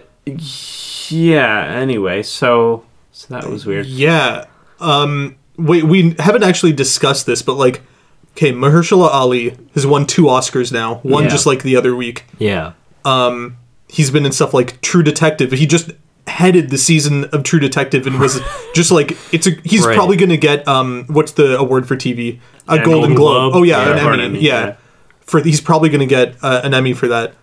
yeah. Anyway, so so that was weird. yeah. Um, wait, we haven't actually discussed this, but like, okay, Mahershala Ali has won two Oscars now. One Yeah. just like the other week. yeah he's been in stuff like True Detective. He just headed the season of True Detective and was just like it's a he's Right. probably gonna get um what's the award for TV a Golden, Golden Globe. Globe. Oh yeah, Yeah, an Emmy. or an Emmy, yeah. yeah. for he's probably gonna get uh, an Emmy for that.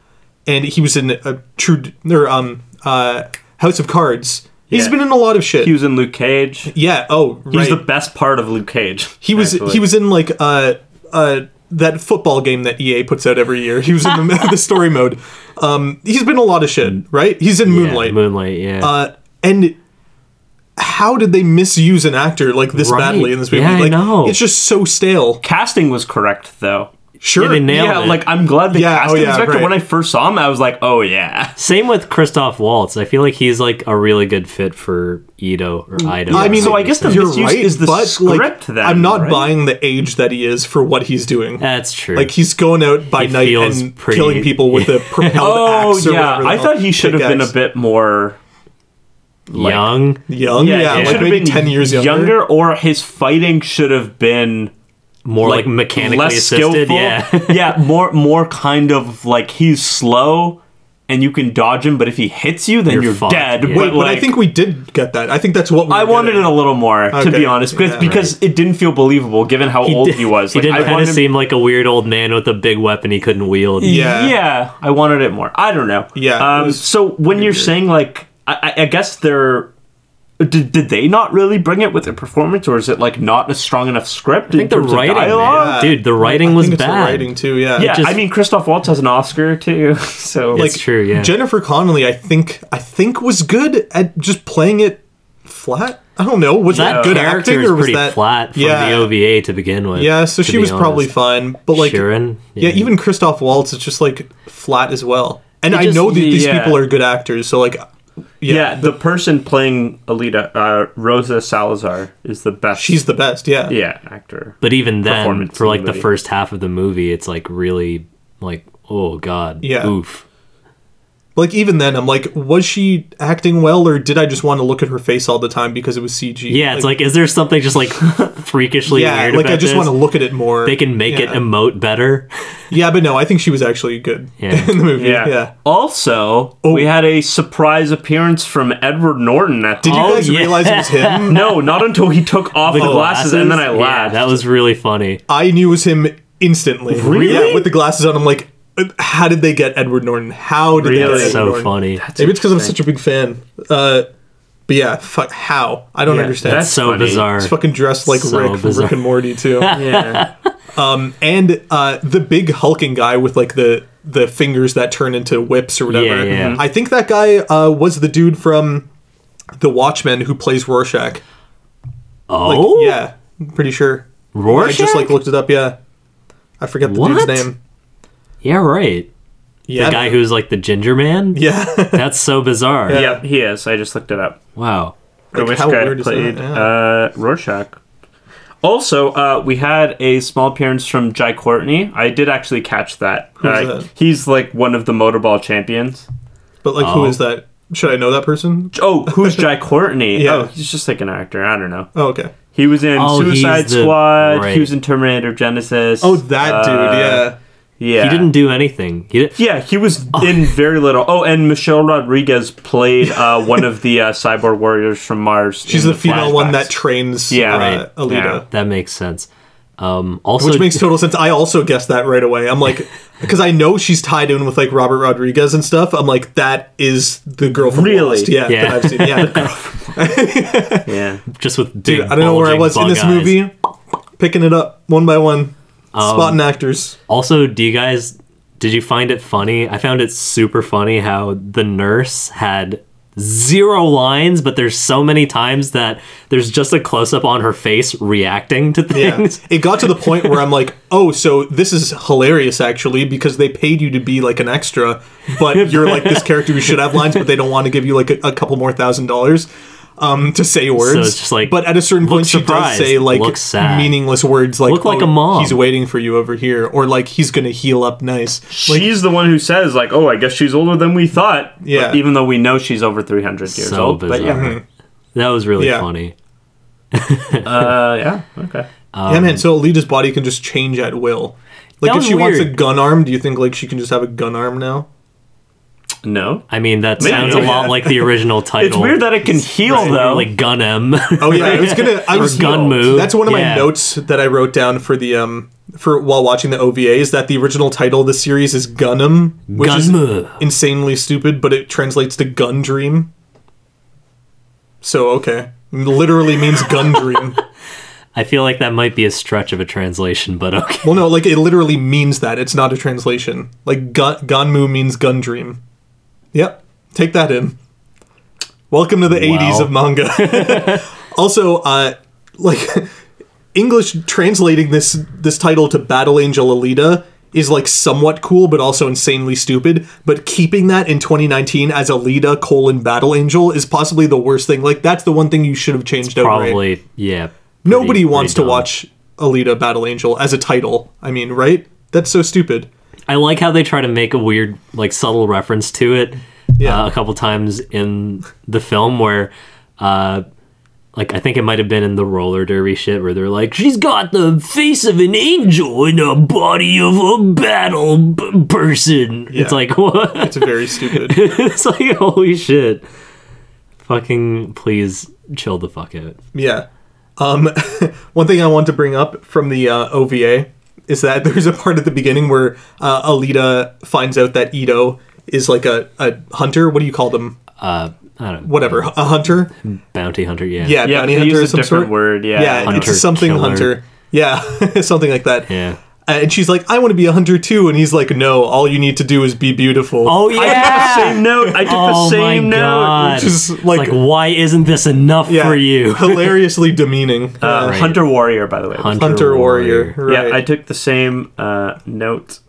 And he was in a True or um uh House of Cards. He's Yeah. been in a lot of shit. He was in Luke Cage. He yeah. Oh right. was the best part of Luke Cage. He was actually. he was in like uh uh that football game that EA puts out every year. He was in the, the story mode. Um, he's been in a lot of shit, right? He's in Moonlight. Yeah, Moonlight, yeah. uh, and how did they misuse an actor like this Right. badly in this movie? Yeah, I like, know. It's just so stale. casting was correct though. Sure. they nailed yeah, it. like I'm glad they Yeah, cast oh, him. yeah, Inspector. right. When I first saw him, I was like, oh yeah. Same with Christoph Waltz. I feel like he's like a really good fit for Ito or Ido. Mm. I mean, So I guess the you're misuse right, is the but script like, then, I'm not right? buying the age that he is for what he's doing. that's true. like he's going out by He night feels and pretty- killing people with a propelled Oh axe. Or yeah. whatever the I hell- thought he should have been a pickaxe. bit more. young, young. Yeah, he like should have maybe been ten years younger. younger, or his fighting should have been more like, mechanically assisted. Yeah, yeah, more more kind of like he's slow and you can dodge him, but if he hits you, then You're you're, fucked, dead. yeah. But, Wait, but like, I think we did get that. I think that's what we I were wanted getting. it a little more, to Okay, be honest, because, yeah. because it didn't feel believable given how old he was. he Like, didn't I kind of wanted, seem like a weird old man with a big weapon he couldn't wield. Yeah. yeah, I wanted it more. I don't know. Yeah, it Um, was so when you're saying like, I, I I guess they're. Did, did they not really bring it with their performance, or is it like not a strong enough script? I think the writing, man. Yeah. dude, the I writing was think it's the bad. writing too. Yeah. Yeah, just- I mean Christoph Waltz has an Oscar too, so It's true. Yeah, Jennifer Connelly, I think, I think was good at just playing it flat. I don't know. Was that that good character acting is or was pretty that flat from yeah, the OVA to begin with. Yeah, so to she be was probably honest. fine, but like, Sharon. yeah, even Christoph Waltz is just like flat as well. And I just- know that these yeah. people are good actors, so like, yeah, Yeah, the person playing Alita, uh, Rosa Salazar, is the best. she's the best. Yeah, yeah actor. But even then, performance for in the like the movie. first half of the movie, it's like really like oh god, Yeah. oof. Like even then, I'm like, was she acting well, or did I just want to look at her face all the time because it was CG? Yeah, it's like, is there something just like freakishly yeah, weird like about I just this? want to look at it more. They can make it Yeah. emote better. yeah, but no, I think she was actually good Yeah. in the movie. Yeah. Yeah. Oh. Also, we had a surprise appearance from Edward Norton at the Did you Oh, guys yeah. realize it was him? No, not until he took off the, glasses, and then I Yeah, laughed. that was really funny. I knew it was him instantly. Really? Yeah, with the glasses on, I'm like, uh, how did they get Edward Norton? How did they Really? get Edward so Norton? funny. Maybe it's because I'm such a big fan. Uh, but yeah, fuck, how? I don't understand. that's- so funny. bizarre. He's fucking dressed like so Rick, from bizarre. Rick and Morty too. yeah. and uh, the big hulking guy with like the the fingers that turn into whips or whatever. Yeah, yeah. I think that guy uh, was the dude from The Watchmen who plays Rorschach. Like, oh, yeah, I'm pretty sure. Rorschach. I just like looked it up. Yeah, I forget the What? dude's name. yeah, right. Yeah, The guy who's like the ginger man. yeah. That's so bizarre. Yeah. Yep, he is. I just looked it up. Wow. Like, which how guy weird is that? played Yeah. uh, Rorschach. Also, uh, we had a small appearance from Jai Courtney. I did actually catch that. uh, that? He's like one of the motorball champions. but like, who Oh. is that? Should I know that person? Oh, who's Jai Courtney? Yeah. Oh, he's just like an actor. I don't know. Oh, okay. He was in Oh, he's Suicide the- Squad. right. He was in Terminator Genesis. Oh, that dude. Uh, Yeah. Yeah. He didn't do anything. He did- Yeah, he was in very little. Oh, and Michelle Rodriguez played uh, one of the uh, cyborg warriors from Mars. She's in the female one that flashbacks. trains Yeah, uh, right. Alita. Yeah. That makes sense. Um, also, Which makes total sense. I also guessed that right away. I'm like, because I know she's tied in with like Robert Rodriguez and stuff. I'm like, that is the girl from Really? Lost. Yeah, Yeah. that I've seen. Yeah, the girl. yeah. just with big, Dude, I don't know where I bulging was in bug this eyes. Um, movie. Picking it up one by one, spotting actors. Also, do you guys did you find it funny? I found it super funny how the nurse had zero lines, but there's so many times that there's just a close up on her face reacting to Yeah, things. it got to the point where I'm like, oh, so this is hilarious actually because they paid you to be like an extra, but you're like this character who should have lines, but they don't want to give you like a, a couple more thousand dollars. Um, to say words, it's just like, but at a certain point, look she does surprised, say like look sad. meaningless words, like Look like "Oh, a mom." He's waiting for you over here, or like he's gonna heal up nice. Like, she's the one who says like, "Oh, I guess she's older than we thought." Yeah. Mm-hmm. But even though we know she's over three hundred years So old. But yeah. bizarre. That was really Yeah. funny. Uh, yeah. Okay. yeah, man. So Alita's body can just change at will. Like if Um, That was she wants a weird. gun arm, do you think like she can just have a gun arm now? No. I mean, that Maybe, sounds a yeah. lot like the original title. It's weird that it can heal though. like Gun M. Oh yeah, I was gonna. I Or was gun move. That's one of Yeah. my notes that I wrote down for the um for while watching the OVA is that the original title of the series is Gunam, which is Gunmu. insanely stupid, but it translates to Gun Dream. So okay, literally means Gun Dream. I feel like that might be a stretch of a translation, but okay. well, no, like it literally means that. It's not a translation. Like Gun Gunmu means Gun Dream. Yep, take that in. Welcome to the Wow. 80s of manga. also, uh, like English translating this this title to Battle Angel Alita is like somewhat cool, but also insanely stupid. But keeping that in 2019 as Alita colon Battle Angel is possibly the worst thing. Like that's the one thing you should have changed out. right? Probably, yeah. pretty- Oh, Nobody pretty wants to dumb. watch Alita Battle Angel as a title. I mean, right? That's so stupid. I like how they try to make a weird, like, subtle reference to it Yeah. uh, a couple times in the film where, uh, like, I think it might have been in the roller derby shit where they're like, she's got the face of an angel and a body of a battle b- person. It's Yeah. like, what? It's very stupid. it's like, holy shit. Fucking please chill the fuck out. Yeah. Um, one thing I want to bring up from the uh, OVA is that there's a part at the beginning where uh, Alita finds out that Ito is like a, a hunter. What do you call them? I don't know. Whatever. A hunter? Bounty hunter, yeah. Yeah, Yeah, bounty they hunter use of a some different sort. word, yeah. yeah, Hunter, it's something killer. hunter. Yeah, something like that. Yeah. Uh, and she's like, "I want to be a hunter too," and he's like, "No, all you need to do is be beautiful." Oh, yeah. I took the same note. I took Oh the same my note. god! which is It's like- why isn't this enough for you? hilariously demeaning. Uh, Uh, Hunter Warrior, by the way. Hunter warrior. Yeah, Right. I took the same uh, note.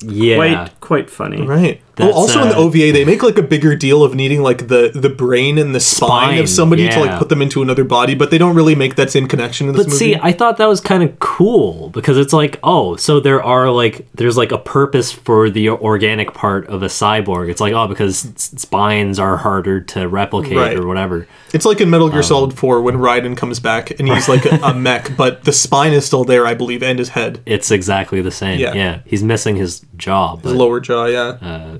Yeah, Quite, quite funny. right. Well, That's, also in the uh, OVA, they make like a bigger deal of needing like the the brain and the spine, Spine, of somebody to yeah. like put them into another body, but they don't really make that same connection in this But movie. see, I thought that was kind of cool because it's like, oh, so there are like, there's like a purpose for the organic part of a cyborg. It's like, oh, because s- spines are harder to replicate Right. or whatever. it's like in Oh. Metal Gear Solid Four when Raiden comes back and he's like a, a mech, but the spine is still there, I believe, and his head, It's exactly the same. Yeah. Yeah. He's missing his jaw, but Uh. his lower jaw. Yeah.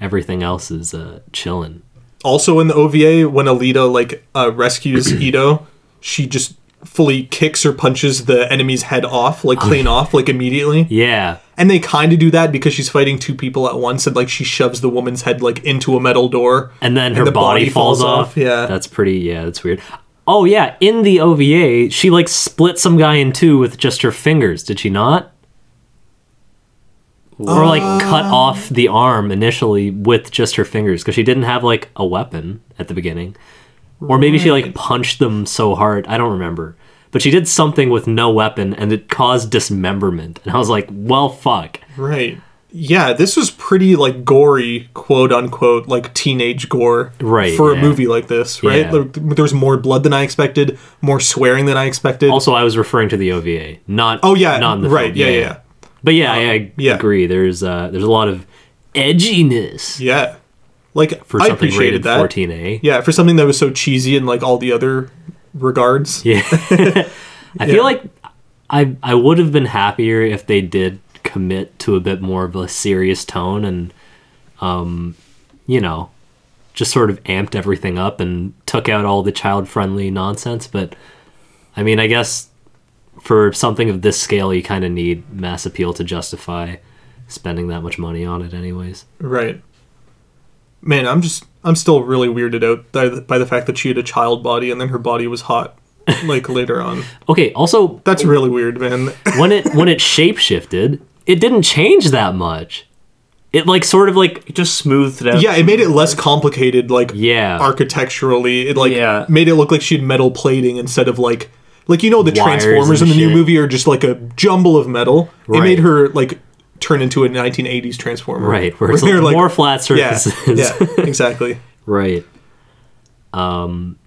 everything else is uh, chilling. also in the OVA, when Alita like uh, rescues Ito, she just fully kicks or punches the enemy's head off, like clean off, like immediately. Yeah. And they kind of do that because she's fighting two people at once, and like she shoves the woman's head like into a metal door. And then her the body, falls, off. Yeah. That's pretty, yeah, that's weird. Oh, yeah. In the OVA, she like split some guy in two with just her fingers, did she not? Or like cut off the arm initially with just her fingers because she didn't have like a weapon at the beginning. Or maybe she like punched them so hard. I don't remember. But she did something with no weapon and it caused dismemberment. And I was like, well, fuck. right. Yeah, this was pretty like gory, quote unquote, like teenage gore, Right, For yeah. a movie like this, right? Yeah. Like, there was more blood than I expected, more swearing than I expected. Also, I was referring to the OVA, not oh yeah, not in the right, film. yeah, yeah, Uh, But yeah, I, I yeah. agree. There's uh, there's a lot of edginess yeah, yeah. Like for I something appreciated rated that. 14A. Yeah, for something that was so cheesy in like all the other regards. Yeah. I feel like I I would have been happier if they did commit to a bit more of a serious tone and um you know just sort of amped everything up and took out all the child friendly nonsense but I mean I guess for something of this scale you kind of need mass appeal to justify spending that much money on it anyways. Right. Man, I'm just I'm still really weirded out by the, by the fact that she had a child body and then her body was hot like later on. Okay, also That's really weird, man. when it when it shapeshifted, it didn't change that much. It like sort of like It just smoothed it out. yeah, it made it less complicated like yeah, architecturally. It like Yeah. made it look like she had metal plating instead of like like you know the Wires Transformers in and the new shit. movie are just like a jumble of metal. It Right. made her like turn into a 1980s Transformer. right. Where it's they're, like, more flat yeah, surfaces. yeah, exactly. right. Um.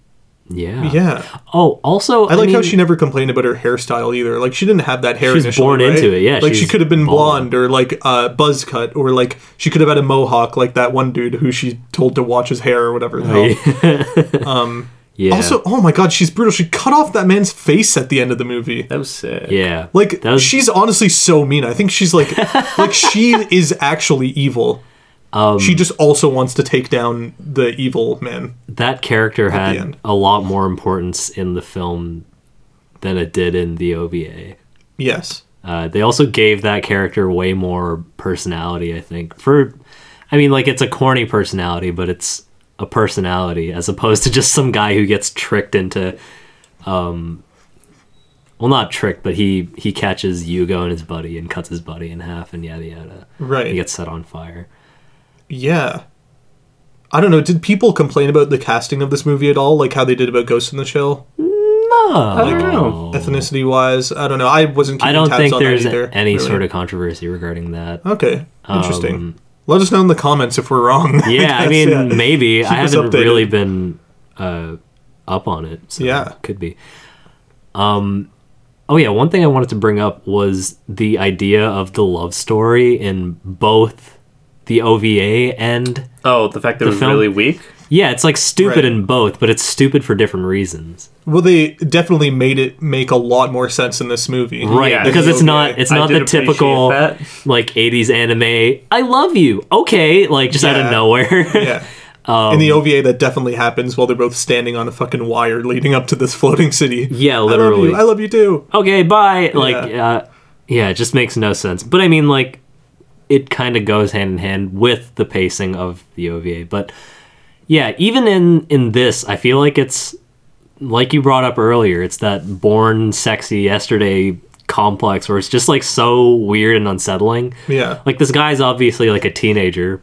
Yeah. Yeah. Oh, also, I like how she never complained about her hairstyle either. Like she didn't have that hair. She was initially, born right? into it, yeah, like she's she could have been bald. blonde or like uh, buzz cut or like she could have had a mohawk like that one dude who she told to watch his hair or whatever. the hell. Oh, Yeah. Also, oh my god, she's brutal. She cut off that man's face at the end of the movie. That was sick. yeah. Like that was, she's honestly so mean. I think she's like like she is actually evil. Um, she just also wants to take down the evil man. that character the had end. a lot more importance in the film than it did in the OVA. Yes. Uh, they also gave that character way more personality, I think. For, I mean, like it's a corny personality, but it's a personality as opposed to just some guy who gets tricked into, um, well, not tricked, but he he catches Yugo and his buddy and cuts his buddy in half and yada yada. Right. He gets set on fire. Yeah. I don't know. Did people complain about the casting of this movie at all? Like how they did about Ghost in the Shell, No, I don't know. ethnicity wise? I don't know. I wasn't. Keeping Oh. I don't tabs think on that there's either, any really. sort of controversy regarding that. Okay, interesting. Let us know in the comments if we're wrong. Yeah, I, guess, mean, yeah. maybe I us haven't updated. really been uh, up on it. So Yeah. could be. Um, oh yeah, one thing I wanted to bring up was the idea of the love story in both the OVA and Oh, the fact that it was film- really weak. yeah, it's like stupid Right. in both, but it's stupid for different reasons, Well, they definitely made it make a lot more sense in this movie, right? Yeah, because the it's not OVA. it's I not did the typical appreciate like '80s anime. I love you, okay, like just out of Yeah. nowhere. Yeah. um, in the OVA, that definitely happens while they're both standing on a fucking wire leading up to this floating city. Yeah, I love literally. you, I love you too. okay, bye. Like, uh, yeah, it just makes no sense. But I mean, like, it kind of goes hand in hand with the pacing of the OVA. But yeah, even in in this, I feel like it's like you brought up earlier. It's that born sexy yesterday complex where it's just like so weird and unsettling. Yeah. Like this guy's obviously like a teenager.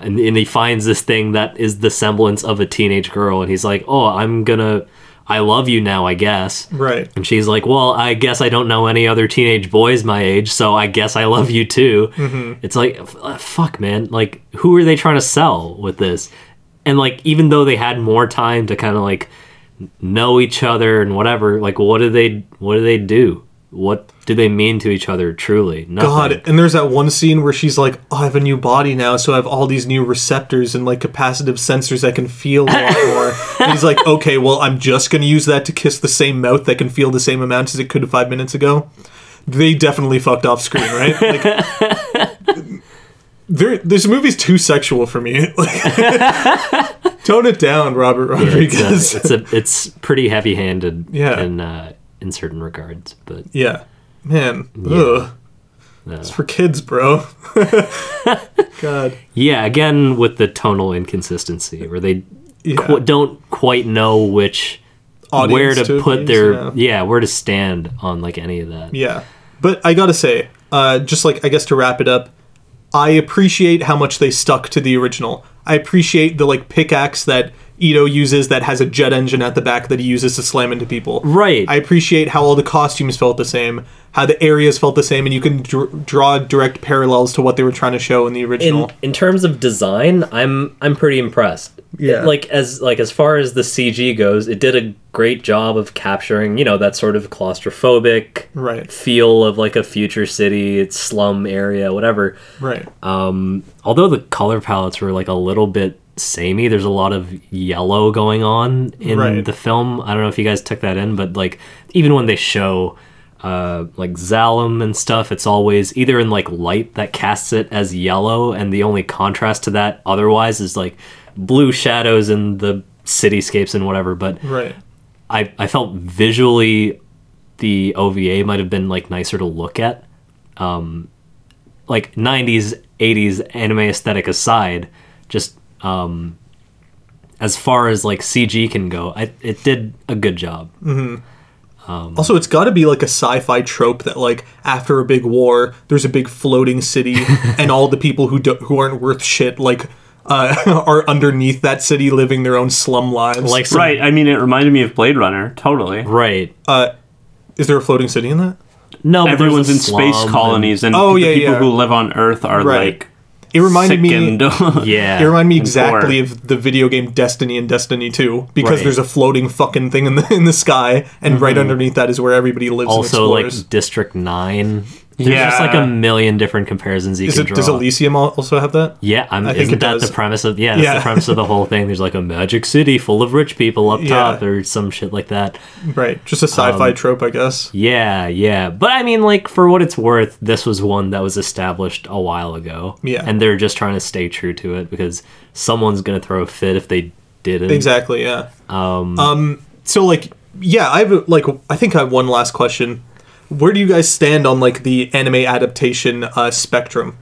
And, and he finds this thing that is the semblance of a teenage girl, and he's like, "Oh, I'm gonna, I love you now, I guess. Right. And she's like, Well, I guess I don't know any other teenage boys my age, so I guess I love you too. Mm-hmm. It's like, f- uh, Fuck, man. Like, who are they trying to sell with this? And, like, even though they had more time to kind of like know each other and whatever, like, what do they, what do they do? What do they mean to each other truly? Nothing. God, and there's that one scene where she's like, oh, I have a new body now, so I have all these new receptors and like capacitive sensors that can feel a lot more. and he's like, okay, well, I'm just going to use that to kiss the same mouth that can feel the same amount as it could five minutes ago. They definitely fucked off screen, right? Like, there, this movie's too sexual for me. Like, tone it down, Robert Rodriguez. Yeah. it's, uh, it's a it's pretty heavy handed Yeah. in uh, in certain regards, but Man. Ugh. It's for kids, bro. God. yeah, again with the tonal inconsistency where they Yeah. qu- don't quite know which where Audience to, to put appease, their yeah. yeah. where to stand on like any of that. Yeah. But I gotta say, uh, just like, I guess to wrap it up, I appreciate how much they stuck to the original. I appreciate the, like, pickaxe that Ito uses that has a jet engine at the back that he uses to slam into people. Right. I appreciate how all the costumes felt the same, how the areas felt the same, and you can dr- draw direct parallels to what they were trying to show in the original. in in terms of design, I'm I'm pretty impressed. Yeah. Like as like as far as the CG goes, it did a great job of capturing, you know, that sort of claustrophobic Right. feel of like a future city, it's slum area, whatever. right. Um although the color palettes were like a little bit samey, there's a lot of yellow going on in Right. the film. I don't know if you guys took that in, but like even when they show uh, like Zalem and stuff, it's always either in like light that casts it as yellow, and the only contrast to that otherwise is like blue shadows in the cityscapes and whatever. But right. I, I felt visually the OVA might have been like nicer to look at. Um, like 90s, 80s anime aesthetic aside, just um, as far as like CG can go, I, it did a good job. Also, it's got to be like a sci-fi trope that like after a big war, there's a big floating city, and all the people who do- who aren't worth shit like uh, are underneath that city living their own slum lives. Like some, right. I mean, it reminded me of Blade Runner. Totally. right. Uh, is there a floating city in that? no, but there's Everyone's a in slum space and- colonies, and Oh, the yeah, people yeah. who live on Earth are Right. like It reminded me. sickened. yeah. It reminded me and poor. exactly of the video game Destiny and Destiny 2 because Right. Mm-hmm. there's a floating fucking thing in the in the sky, and right underneath that is where everybody lives. also, and explores. like District 9. There's just like Yeah. a million different comparisons you is can it, draw. does Elysium al- also have that? Yeah, I'm, think isn't it that does. the premise of yeah? That's Yeah. the premise of the whole thing. There's like a magic city full of rich people up Yeah. top, or some shit like that. Right, just a sci-fi Um, trope, I guess. Yeah, yeah. But I mean, like for what it's worth, this was one that was established a while ago. Yeah. and they're just trying to stay true to it because someone's gonna throw a fit if they didn't. Exactly. Yeah. Um, So like, yeah, I have a- like I think I have one last question. Where do you guys stand on like the anime adaptation uh, spectrum?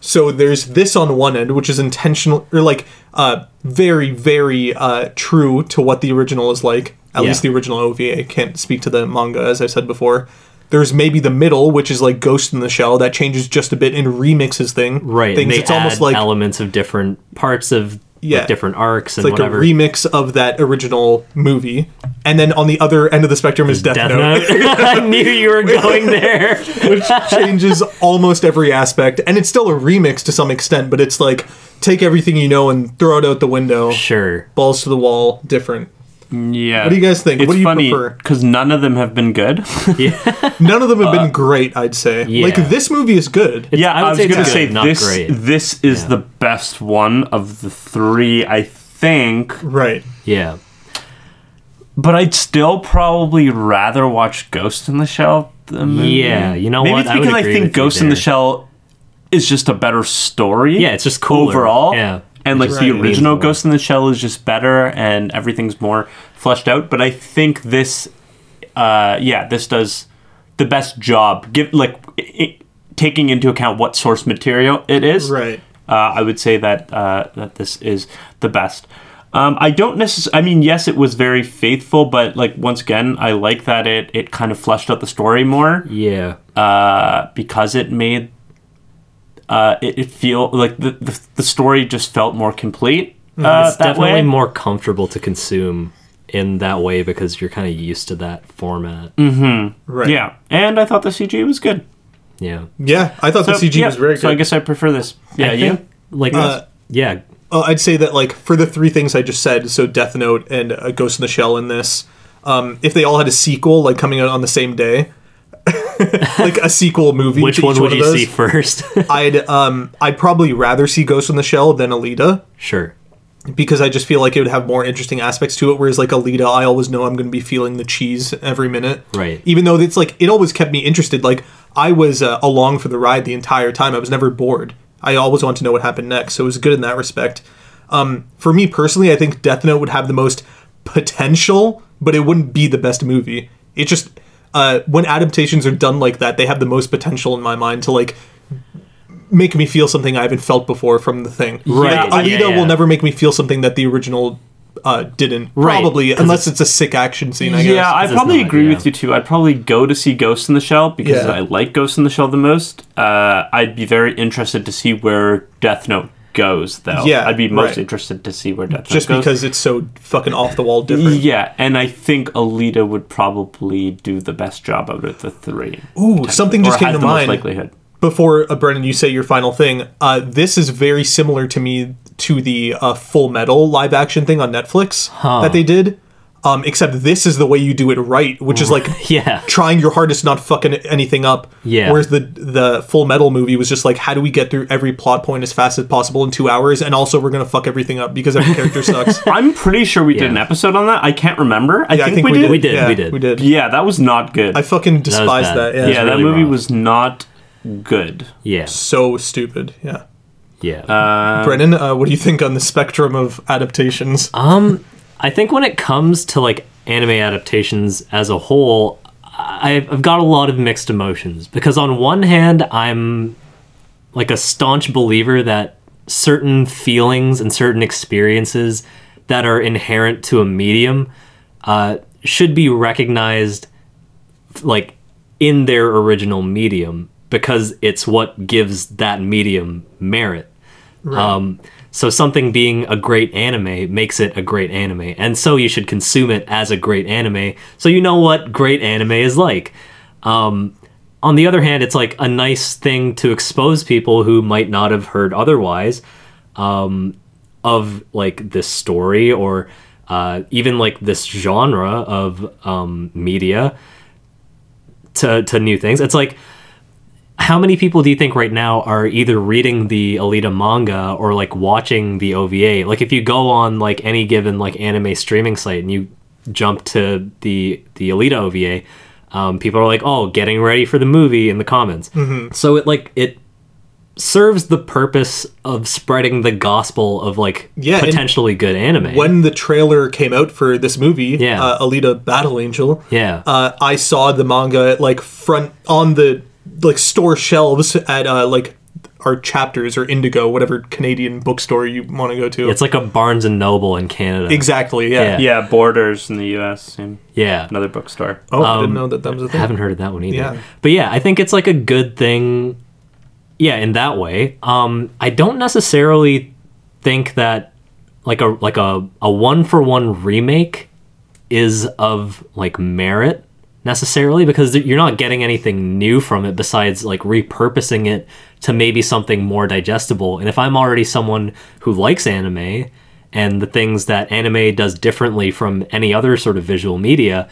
So there's this on one end, which is intentional or like uh, very very uh, true to what the original is like. At Yeah. least the original OVA can't speak to the manga, as I said before. There's maybe the middle, which is like Ghost in the Shell, that changes just a bit and remixes thing. Right, and things. they It's add almost like elements of different parts of like, Yeah. different arcs and like whatever. a remix of that original movie. And then on the other end of the spectrum is Death, Death Note, Note. I knew you were going there. which changes almost every aspect. And it's still a remix to some extent, but it's like take everything you know and throw it out the window. sure. Balls to the wall, different. Yeah. What do you guys think? It's What do you funny prefer? because none of them have been good. None of them have Uh, been great, I'd say. Like yeah. this movie is good. yeah, I I, would was say it's gonna good, say not this. great. This is the best one of the three, I think. Right. Yeah. But I'd still probably rather watch Ghost in the Shell. The movie. Yeah, you know Maybe what? it's I would because I, agree with think you Ghost in the there. Shell is just a better story. Yeah, it's just cooler. overall. Yeah. And like the Right. original Reasonable. Ghost in the Shell is just better and everything's more fleshed out. But I think this, uh, yeah, this does the best job. Give like i i taking into account what source material it is. Right. Uh, I would say that uh, that this is the best. Um, I don't necessarily. I mean, yes, it was very faithful, but like once again, I like that it it kind of fleshed out the story Mm-hmm. more Yeah. uh, because it made uh, it, it feel like the, the the story just felt more complete. Uh, Mm-hmm. it's that definitely way. more comfortable to consume in that way because you're kind of used to that format. Mm. Right. Yeah, and I thought the CG was good. Yeah. Yeah. I thought So, the CG yeah, was very good. So I guess I prefer this. Yeah, I you. think, like Uh, yeah, Uh, I'd say that like for the three things I just said, so Death Note and uh, Ghost in the Shell in this, um, if they all had a sequel like coming out on the same day, like a sequel movie, which to one each would of you those, see first? I'd um, I'd probably rather see Ghost in the Shell than Alita sure. because I just feel like it would have more interesting aspects to it. Whereas like Alita, I always know I'm going to be feeling the cheese every minute. Right. Even though it's like it always kept me interested. Like I was uh, along for the ride the entire time. I was never bored. I always wanted to know what happened next. So it was good in that respect. Um, for me personally, I think Death Note would have the most potential, but it wouldn't be the best movie. It just uh, when adaptations are done like that, they have the most potential in my mind to like make me feel something I haven't felt before from the thing. Right, Like, yeah, Alita yeah. will never make me feel something that the original uh, didn't. Right, Probably, 'cause unless it's a sick action scene. I yeah, guess. I This is probably not- agree yeah. with you too. I'd probably go to see Ghost in the Shell because Yeah. I like Ghost in the Shell the most. Uh, I'd be very interested to see where Death Note goes, though. Yeah, I'd be most right. interested to see where Death just Note goes. because it's so fucking off the wall different. Yeah, and I think Alita would probably do the best job out of the three. Ooh, something just or came has to the most mind likelihood. before uh, Brendan. You say your final thing. Uh, this is very similar to me to the uh, Full Metal live action thing on Netflix that they did. Um, except this is the way you do it right, which is like Yeah. trying your hardest not fucking anything up. Yeah. Whereas the the Full Metal movie was just like, how do we get through every plot point as fast as possible in two hours, and also we're gonna fuck everything up because every character sucks. I'm pretty sure we Yeah. did an episode on that. I can't remember. I, Yeah, think, we, did. We did, Yeah, we did. We did. Yeah, that was not good. I fucking despise bad. that. Yeah. yeah, that really movie wrong. was not good. Yeah. So stupid. Yeah. Yeah. Brennan, uh, what do you think on the spectrum of adaptations? Um, I think when it comes to like anime adaptations as a whole, I- I've got a lot of mixed emotions because on one hand, I'm like a staunch believer that certain feelings and certain experiences that are inherent to a medium uh, should be recognized like in their original medium because it's what gives that medium merit. Um, so something being a great anime makes it a great anime, and so you should consume it as a great anime, so you know what great anime is like. Um, on the other hand, it's like a nice thing to expose people who might not have heard otherwise um, of like this story or uh, even like this genre of um, media to to new things. It's like how many people do you think right now are either reading the Alita manga or like watching the OVA? Like if you go on like any given like anime streaming site and you jump to the the Alita OVA, um, people are like, "Oh, getting ready for the movie" in the comments. Mm-hmm. So it like it serves the purpose of spreading the gospel of like Yeah, and potentially good anime. When the trailer came out for this movie, Yeah. uh, Alita Battle Angel, yeah. uh, I saw the manga like front on the like store shelves at uh, like our chapters or Indigo, whatever Canadian bookstore you want to go to. it's like a Barnes and Noble in Canada. exactly. Yeah. Yeah. Yeah, Borders in the U.S. and Yeah. another bookstore. Oh, I didn't know that that was a I thing. haven't heard of that one either. Yeah. But yeah, I think it's like a good thing. Yeah, in that way. Um, I don't necessarily think that like a like a a one for one remake is of like merit necessarily because you're not getting anything new from it besides like repurposing it to maybe something more digestible. And if I'm already someone who likes anime and the things that anime does differently from any other sort of visual media,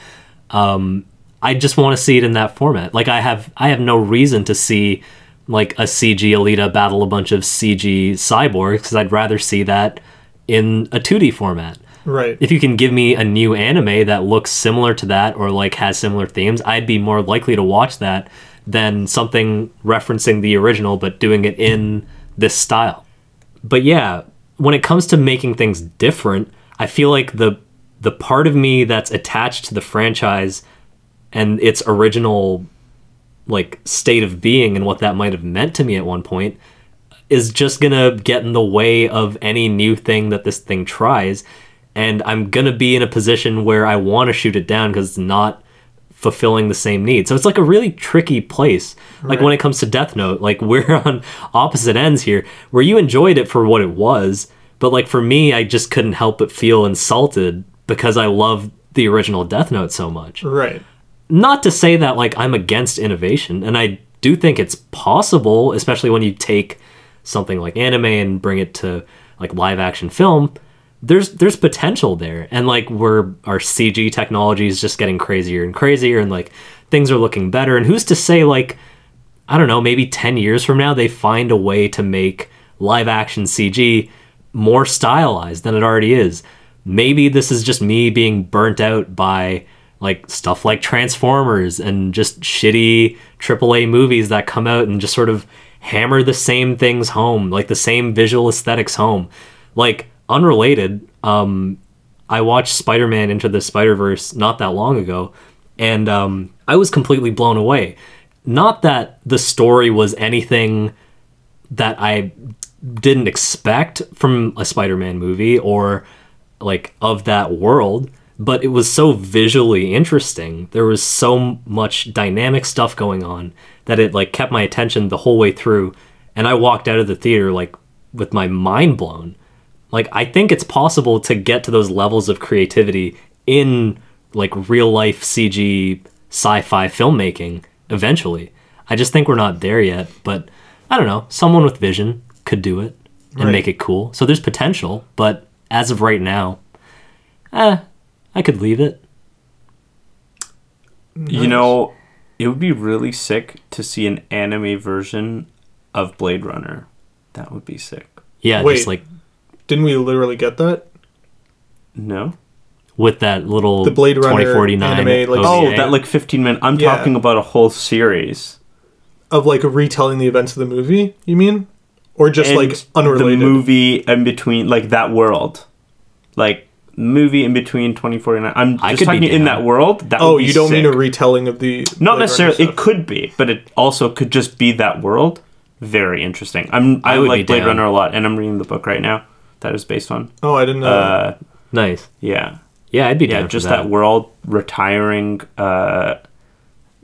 um, I just want to see it in that format. Like I have, I have no reason to see like a CG Alita battle a bunch of CG cyborgs because I'd rather see that in a 2D format. Right. If you can give me a new anime that looks similar to that or like has similar themes, I'd be more likely to watch that than something referencing the original but doing it in this style but yeah, when it comes to making things different, I feel like the the part of me that's attached to the franchise and its original like state of being and what that might have meant to me at one point is just going to get in the way of any new thing that this thing tries and I'm going to be in a position where I want to shoot it down cuz it's not fulfilling the same need. So it's like a really tricky place. Like when it comes to Death Note, like we're on opposite ends here, where you enjoyed it for what it was, but like for me, I just couldn't help but feel insulted because I love the original Death Note so much. Right. Not to say that like I'm against innovation, and I do think it's possible, especially when you take something like anime and bring it to like live action film. There's there's potential there, and like we're our CG technology is just getting crazier and crazier, and like things are looking better. And who's to say like I don't know, maybe 10 years from now, they find a way to make live action CG more stylized than it already is. Maybe this is just me being burnt out by like stuff like Transformers and just shitty AAA movies that come out and just sort of hammer the same things home, like the same visual aesthetics home. Like unrelated, um I watched Spider-Man Into the Spider-Verse not that long ago and um I was completely blown away not that the story was anything that I didn't expect from a Spider-Man movie or like of that world, but it was so visually interesting. There was so much dynamic stuff going on that it like kept my attention the whole way through and I walked out of the theater like with my mind blown. Like I think it's possible to get to those levels of creativity in like real life CG sci-fi filmmaking eventually. I just think we're not there yet, but I don't know. Someone with vision could do it and Right. make it cool. So there's potential, but as of right now, eh, I could leave it. You know, it would be really sick to see an anime version of Blade Runner. That would be sick. Yeah, Wait. just like Didn't we literally get that? No? with that little The Blade Runner 2049 anime, like- Oh, OVA. that like 15 minute. I'm Yeah. talking about a whole series. Of like retelling the events of the movie, you mean? Or just And like unrelated? The movie in between, like that world. Like, movie in between 2049. I'm I just could be talking in down. that world. That oh, would be you don't mean sick. a retelling of the Not Blade necessarily. Runner It could be, but it also could just be that world. Very interesting. I'm, I, I would be like Blade down. Runner a lot, and I'm reading the book right now that is based on. stuff? Oh, I didn't know. Uh, nice. yeah. Yeah, I'd be Yeah, down just for that. that. world retiring uh,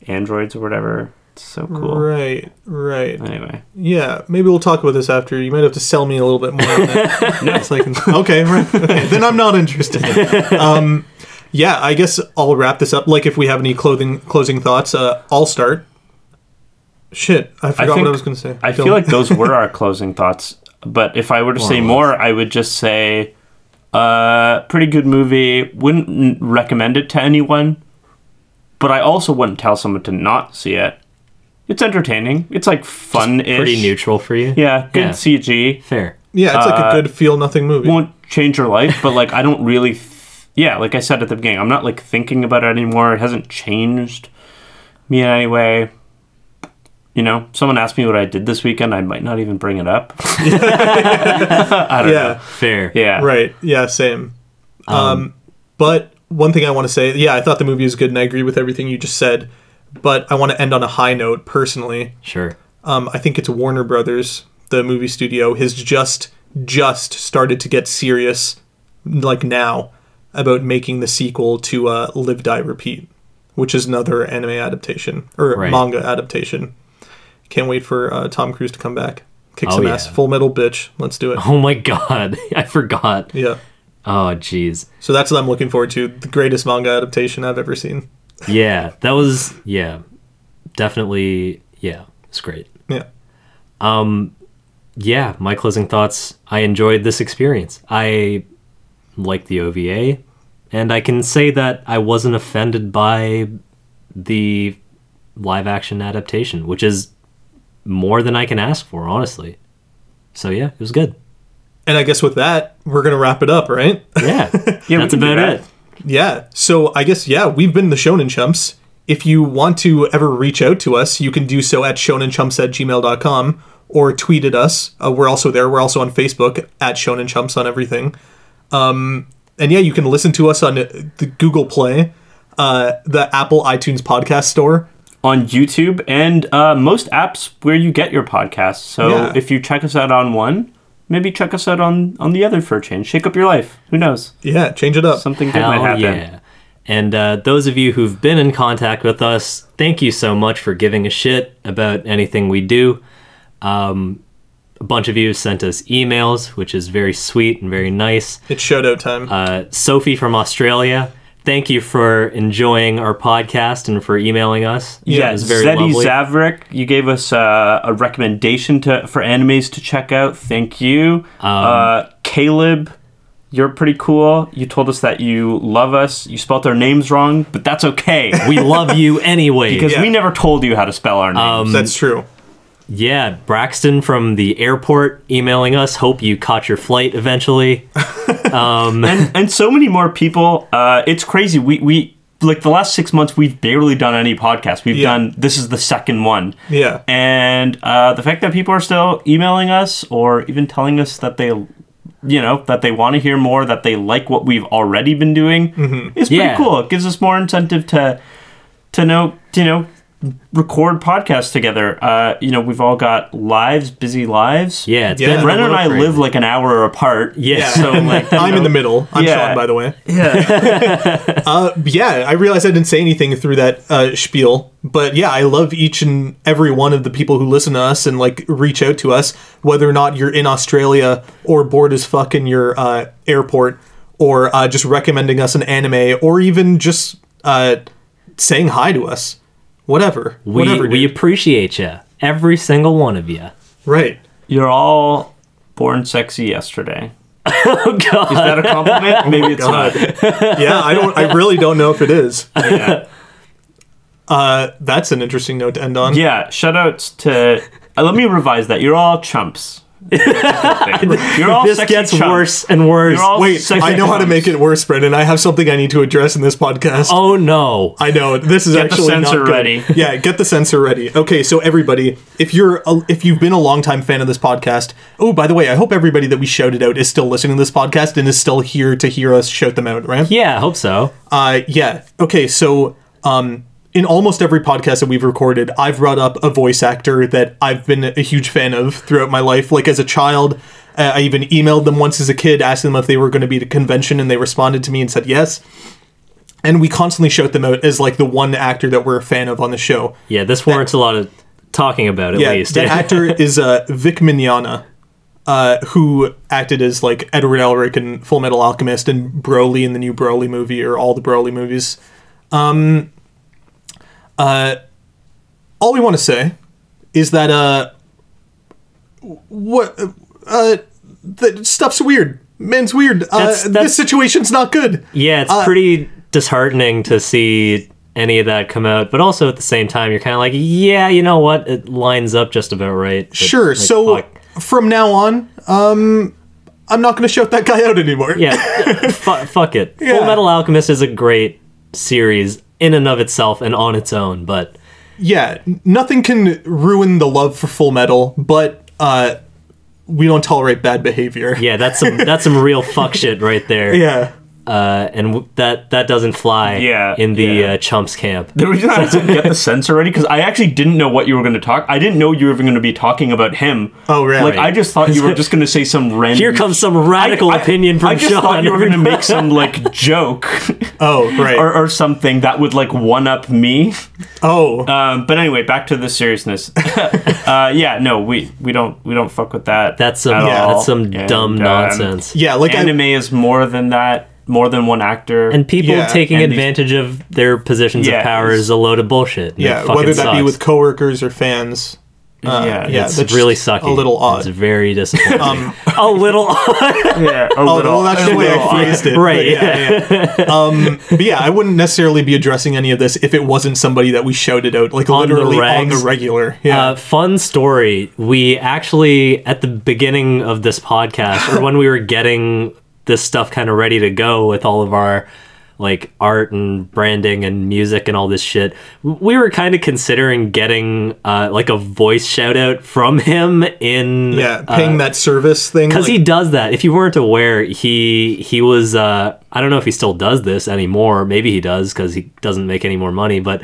androids or whatever. It's so cool. Right, right. Anyway, Yeah, maybe we'll talk about this after. You might have to sell me a little bit more on that. So I can- okay, right. Okay, then I'm not interested. Um, yeah, I guess I'll wrap this up. Like, if we have any clothing closing thoughts, uh, I'll start. Shit, I forgot what I was going to say. I feel Don't- like those were our closing thoughts. But if I were to say or less. more, I would just say, uh, pretty good movie. Wouldn't n- recommend it to anyone. But I also wouldn't tell someone to not see it. It's entertaining. It's like fun ish. Pretty neutral for you. Yeah, good Yeah. CG. Fair. yeah, it's uh, like a good feel nothing movie. won't change your life, but like I don't really, th- yeah, like I said at the beginning, I'm not like thinking about it anymore. It hasn't changed me in any way. You know, someone asked me what I did this weekend. I might not even bring it up. I don't know. yeah, Fair. Yeah. right. Yeah, same. Um, but one thing I want to say, yeah, I thought the movie was good, and I agree with everything you just said. But I want to end on a high note, personally. Sure. um, I think it's Warner Brothers, the movie studio, has just just started to get serious, like now, about making the sequel to uh, Live Die Repeat, which is another anime adaptation or Right. manga adaptation. Can't wait for uh, Tom Cruise to come back, kick Oh, some yeah. ass, Full Metal bitch. Let's do it. Oh my god. I forgot. Yeah. Oh jeez. So that's what I'm looking forward to. The greatest manga adaptation I've ever seen. Yeah, that was yeah. Definitely yeah. It's great. Yeah. yeah, my closing thoughts. I enjoyed this experience. I like the OVA, and I can say that I wasn't offended by the live action adaptation, which is more than I can ask for, honestly. So yeah, it was good. And I guess with that, we're going to wrap it up, right? Yeah, we that's can do about that. it. Yeah. So I guess yeah, we've been the Shonen Chumps. If you want to ever reach out to us, you can do so at shonenchumps at gmail.com or tweet at us. Uh, we're also there. We're also on Facebook at Shonen Chumps on everything. Um, and yeah, you can listen to us on uh, the Google Play, uh, the Apple iTunes podcast store. On YouTube and uh, most apps where you get your podcasts. So Yeah. if you check us out on one, maybe check us out on on the other for a change. Shake up your life. Who knows? Yeah, change it up. Something good might Hell happen. yeah. And uh, those of you who've been in contact with us, thank you so much for giving a shit about anything we do. Um, a bunch of you sent us emails, which is very sweet and very nice. It's shout out time. Uh, Sophie from Australia, thank you for enjoying our podcast and for emailing us. Yeah, It was very Zeddy lovely. Zavrik, you gave us uh, a recommendation to for animes to check out. Thank you, uh, Caleb. You're pretty cool. You told us that you love us. You spelt our names wrong, but that's okay we love you anyway. because Yeah. we never told you how to spell our names. That's true. yeah, Braxton from the airport emailing us. Hope you caught your flight eventually. and, and so many more people. Uh, it's crazy. We we like the last six months, we've barely done any podcasts. We've Yeah. done this is the second one. Yeah. And uh, the fact that people are still emailing us or even telling us that they, you know, that they want to hear more, that they like what we've already been doing, Mm-hmm. is pretty Yeah. cool. It gives us more incentive to to know to you know record podcasts together. Uh, you know, we've all got lives, busy lives. Yeah, it's Yeah. been Brennan and I Little live like an hour apart. Yeah. So like I'm in the middle. I'm Yeah. Sean, by the way. Uh, yeah. Yeah, I realized I didn't say anything through that uh, spiel, but yeah, I love each and every one of the people who listen to us and like reach out to us, whether or not you're in Australia or bored as fuck in your uh, airport, or uh, just recommending us an anime, or even just uh, saying hi to us. Whatever. we, Whatever. we dude. appreciate you, every single one of you. right. You're all born sexy yesterday. Oh God. Oh, Is that a compliment? Maybe it's not. Yeah, I don't. I really don't know if it is. Uh, that's an interesting note to end on. Yeah, shout outs to. Uh, let me revise that. You're all chumps. You're all this sexy gets chumps. worse and worse. You're all Wait, sexy I know how to chumps. make it worse, Brendan. I have something I need to address in this podcast. oh no. I know this is the actually sensor not good. ready. Yeah, get the sensor ready. Okay, so everybody, if you're a, if you've been a longtime fan of this podcast, oh by the way, I hope everybody that we shouted out is still listening to this podcast and is still here to hear us shout them out, right? Yeah, I hope so. Uh, yeah. Okay. So, um, in almost every podcast that we've recorded, I've brought up a voice actor that I've been a huge fan of throughout my life. Like as a child, uh, I even emailed them once as a kid, asking them if they were going to be at a convention, and they responded to me and said yes. And we constantly shout them out as like the one actor that we're a fan of on the show. Yeah, this warrants a lot of talking about at Yeah, least. that actor is uh, Vic Mignogna, uh, who acted as like Edward Elric in Full Metal Alchemist and Broly in the new Broly movie or all the Broly movies. Um, uh, all we want to say is that uh, what uh, that stuff's weird. Man's weird. Uh, That's- that's- this situation's not good. yeah, Uh, it's pretty disheartening to see any of that come out, but also at the same time, you're kind of like, yeah, you know what? It lines up just about right. but, Sure. like, so fuck. from now on, um, I'm not going to shout that guy out anymore. yeah, fu- fuck it. Yeah. Full Metal Alchemist is a great series in and of itself and on its own, but yeah, n- nothing can ruin the love for Full Metal, but uh, we don't tolerate bad behavior. yeah, that's some that's some real fuck shit right there. Yeah. Uh, and w- that that doesn't fly. Yeah, in the yeah. uh, chumps camp. The reason I didn't get the sense already because I actually didn't know what you were going to talk. I didn't know you were even going to be talking about him. Oh, right. Like I just thought you were just going to say some random. Here comes some radical I- opinion from I just Sean. thought you were going to make some like joke Oh, right. or, or something that would like one up me. oh, uh, Um, but anyway, back to the seriousness. uh, yeah, no, we, we don't we don't fuck with that. That's some at Yeah. all. that's some And, dumb um, nonsense. yeah. Like I, anime is more than that, more than one actor. And people Yeah, taking and these- advantage of their positions Yeah, of power it's- is a load of bullshit. and it yeah. fucking Whether that be sucks. with coworkers or fans. Uh, Yeah, yeah, it's that's it's really just sucky. A little It's odd. very disappointing. Um, a little odd. yeah, a Oh, well, that's the way I phrased it. but Right, Yeah. yeah. um, but yeah, I wouldn't necessarily be addressing any of this if it wasn't somebody that we shouted out, like On the literally on the regs. regular. Yeah. Uh, fun story. We actually, at the beginning of this podcast, or when we were getting this stuff kind of ready to go with all of our like art and branding and music and all this shit, we were kind of considering getting uh, like a voice shout out from him in yeah. Paying that service thing. because like- he does that. If you weren't aware, he he was uh, I don't know if he still does this anymore. Maybe he does because he doesn't make any more money. But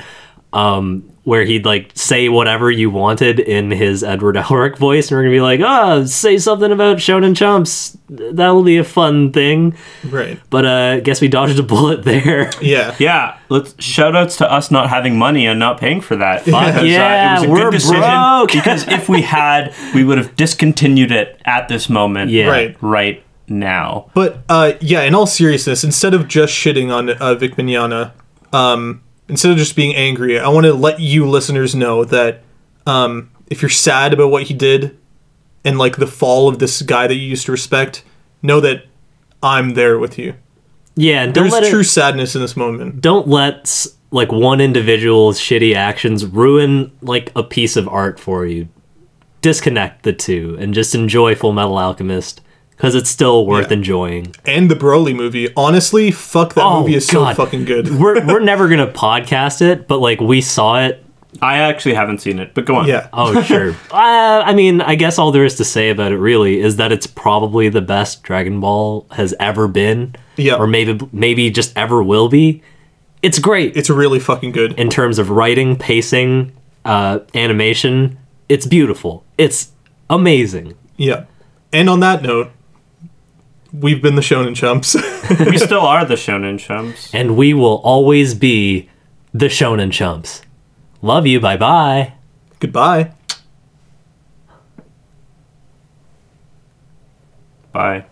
um, where he'd like say whatever you wanted in his Edward Elric voice, and we're gonna be like, oh, say something about Shonen Chumps. That'll be a fun thing. Right. But uh, guess we dodged a bullet there. Yeah. Yeah, let's shout outs to us not having money and not paying for that. uh, Fuck yeah, we're broke. because if we had, we would have discontinued it at this moment. Yeah. Right. Right now. But uh, yeah, in all seriousness, instead of just shitting on uh, Vic Mignogna, um, instead of just being angry, I want to let you listeners know that um, if you're sad about what he did and like the fall of this guy that you used to respect, know that I'm there with you. Yeah, and don't There's let it- true sadness in this moment. don't let s- like one individual's shitty actions ruin like a piece of art for you. Disconnect the two and just enjoy Full Metal Alchemist because it's still worth Yeah. enjoying. And the Broly movie, honestly, fuck that Oh, movie is so God. fucking good. We're we're never gonna podcast it, but like we saw it. I actually haven't seen it, but go on. Yeah, Oh sure. uh, I mean, I guess all there is to say about it really is that it's probably the best Dragon Ball has ever been. Yeah. Or maybe maybe just ever will be. It's great. it's really fucking good. in terms of writing, pacing, uh, animation. It's beautiful. It's amazing. Yeah. And on that note, we've been the Shonen Chumps. we still are the Shonen Chumps. And we will always be the Shonen Chumps. Love you. Bye bye. Goodbye. Bye.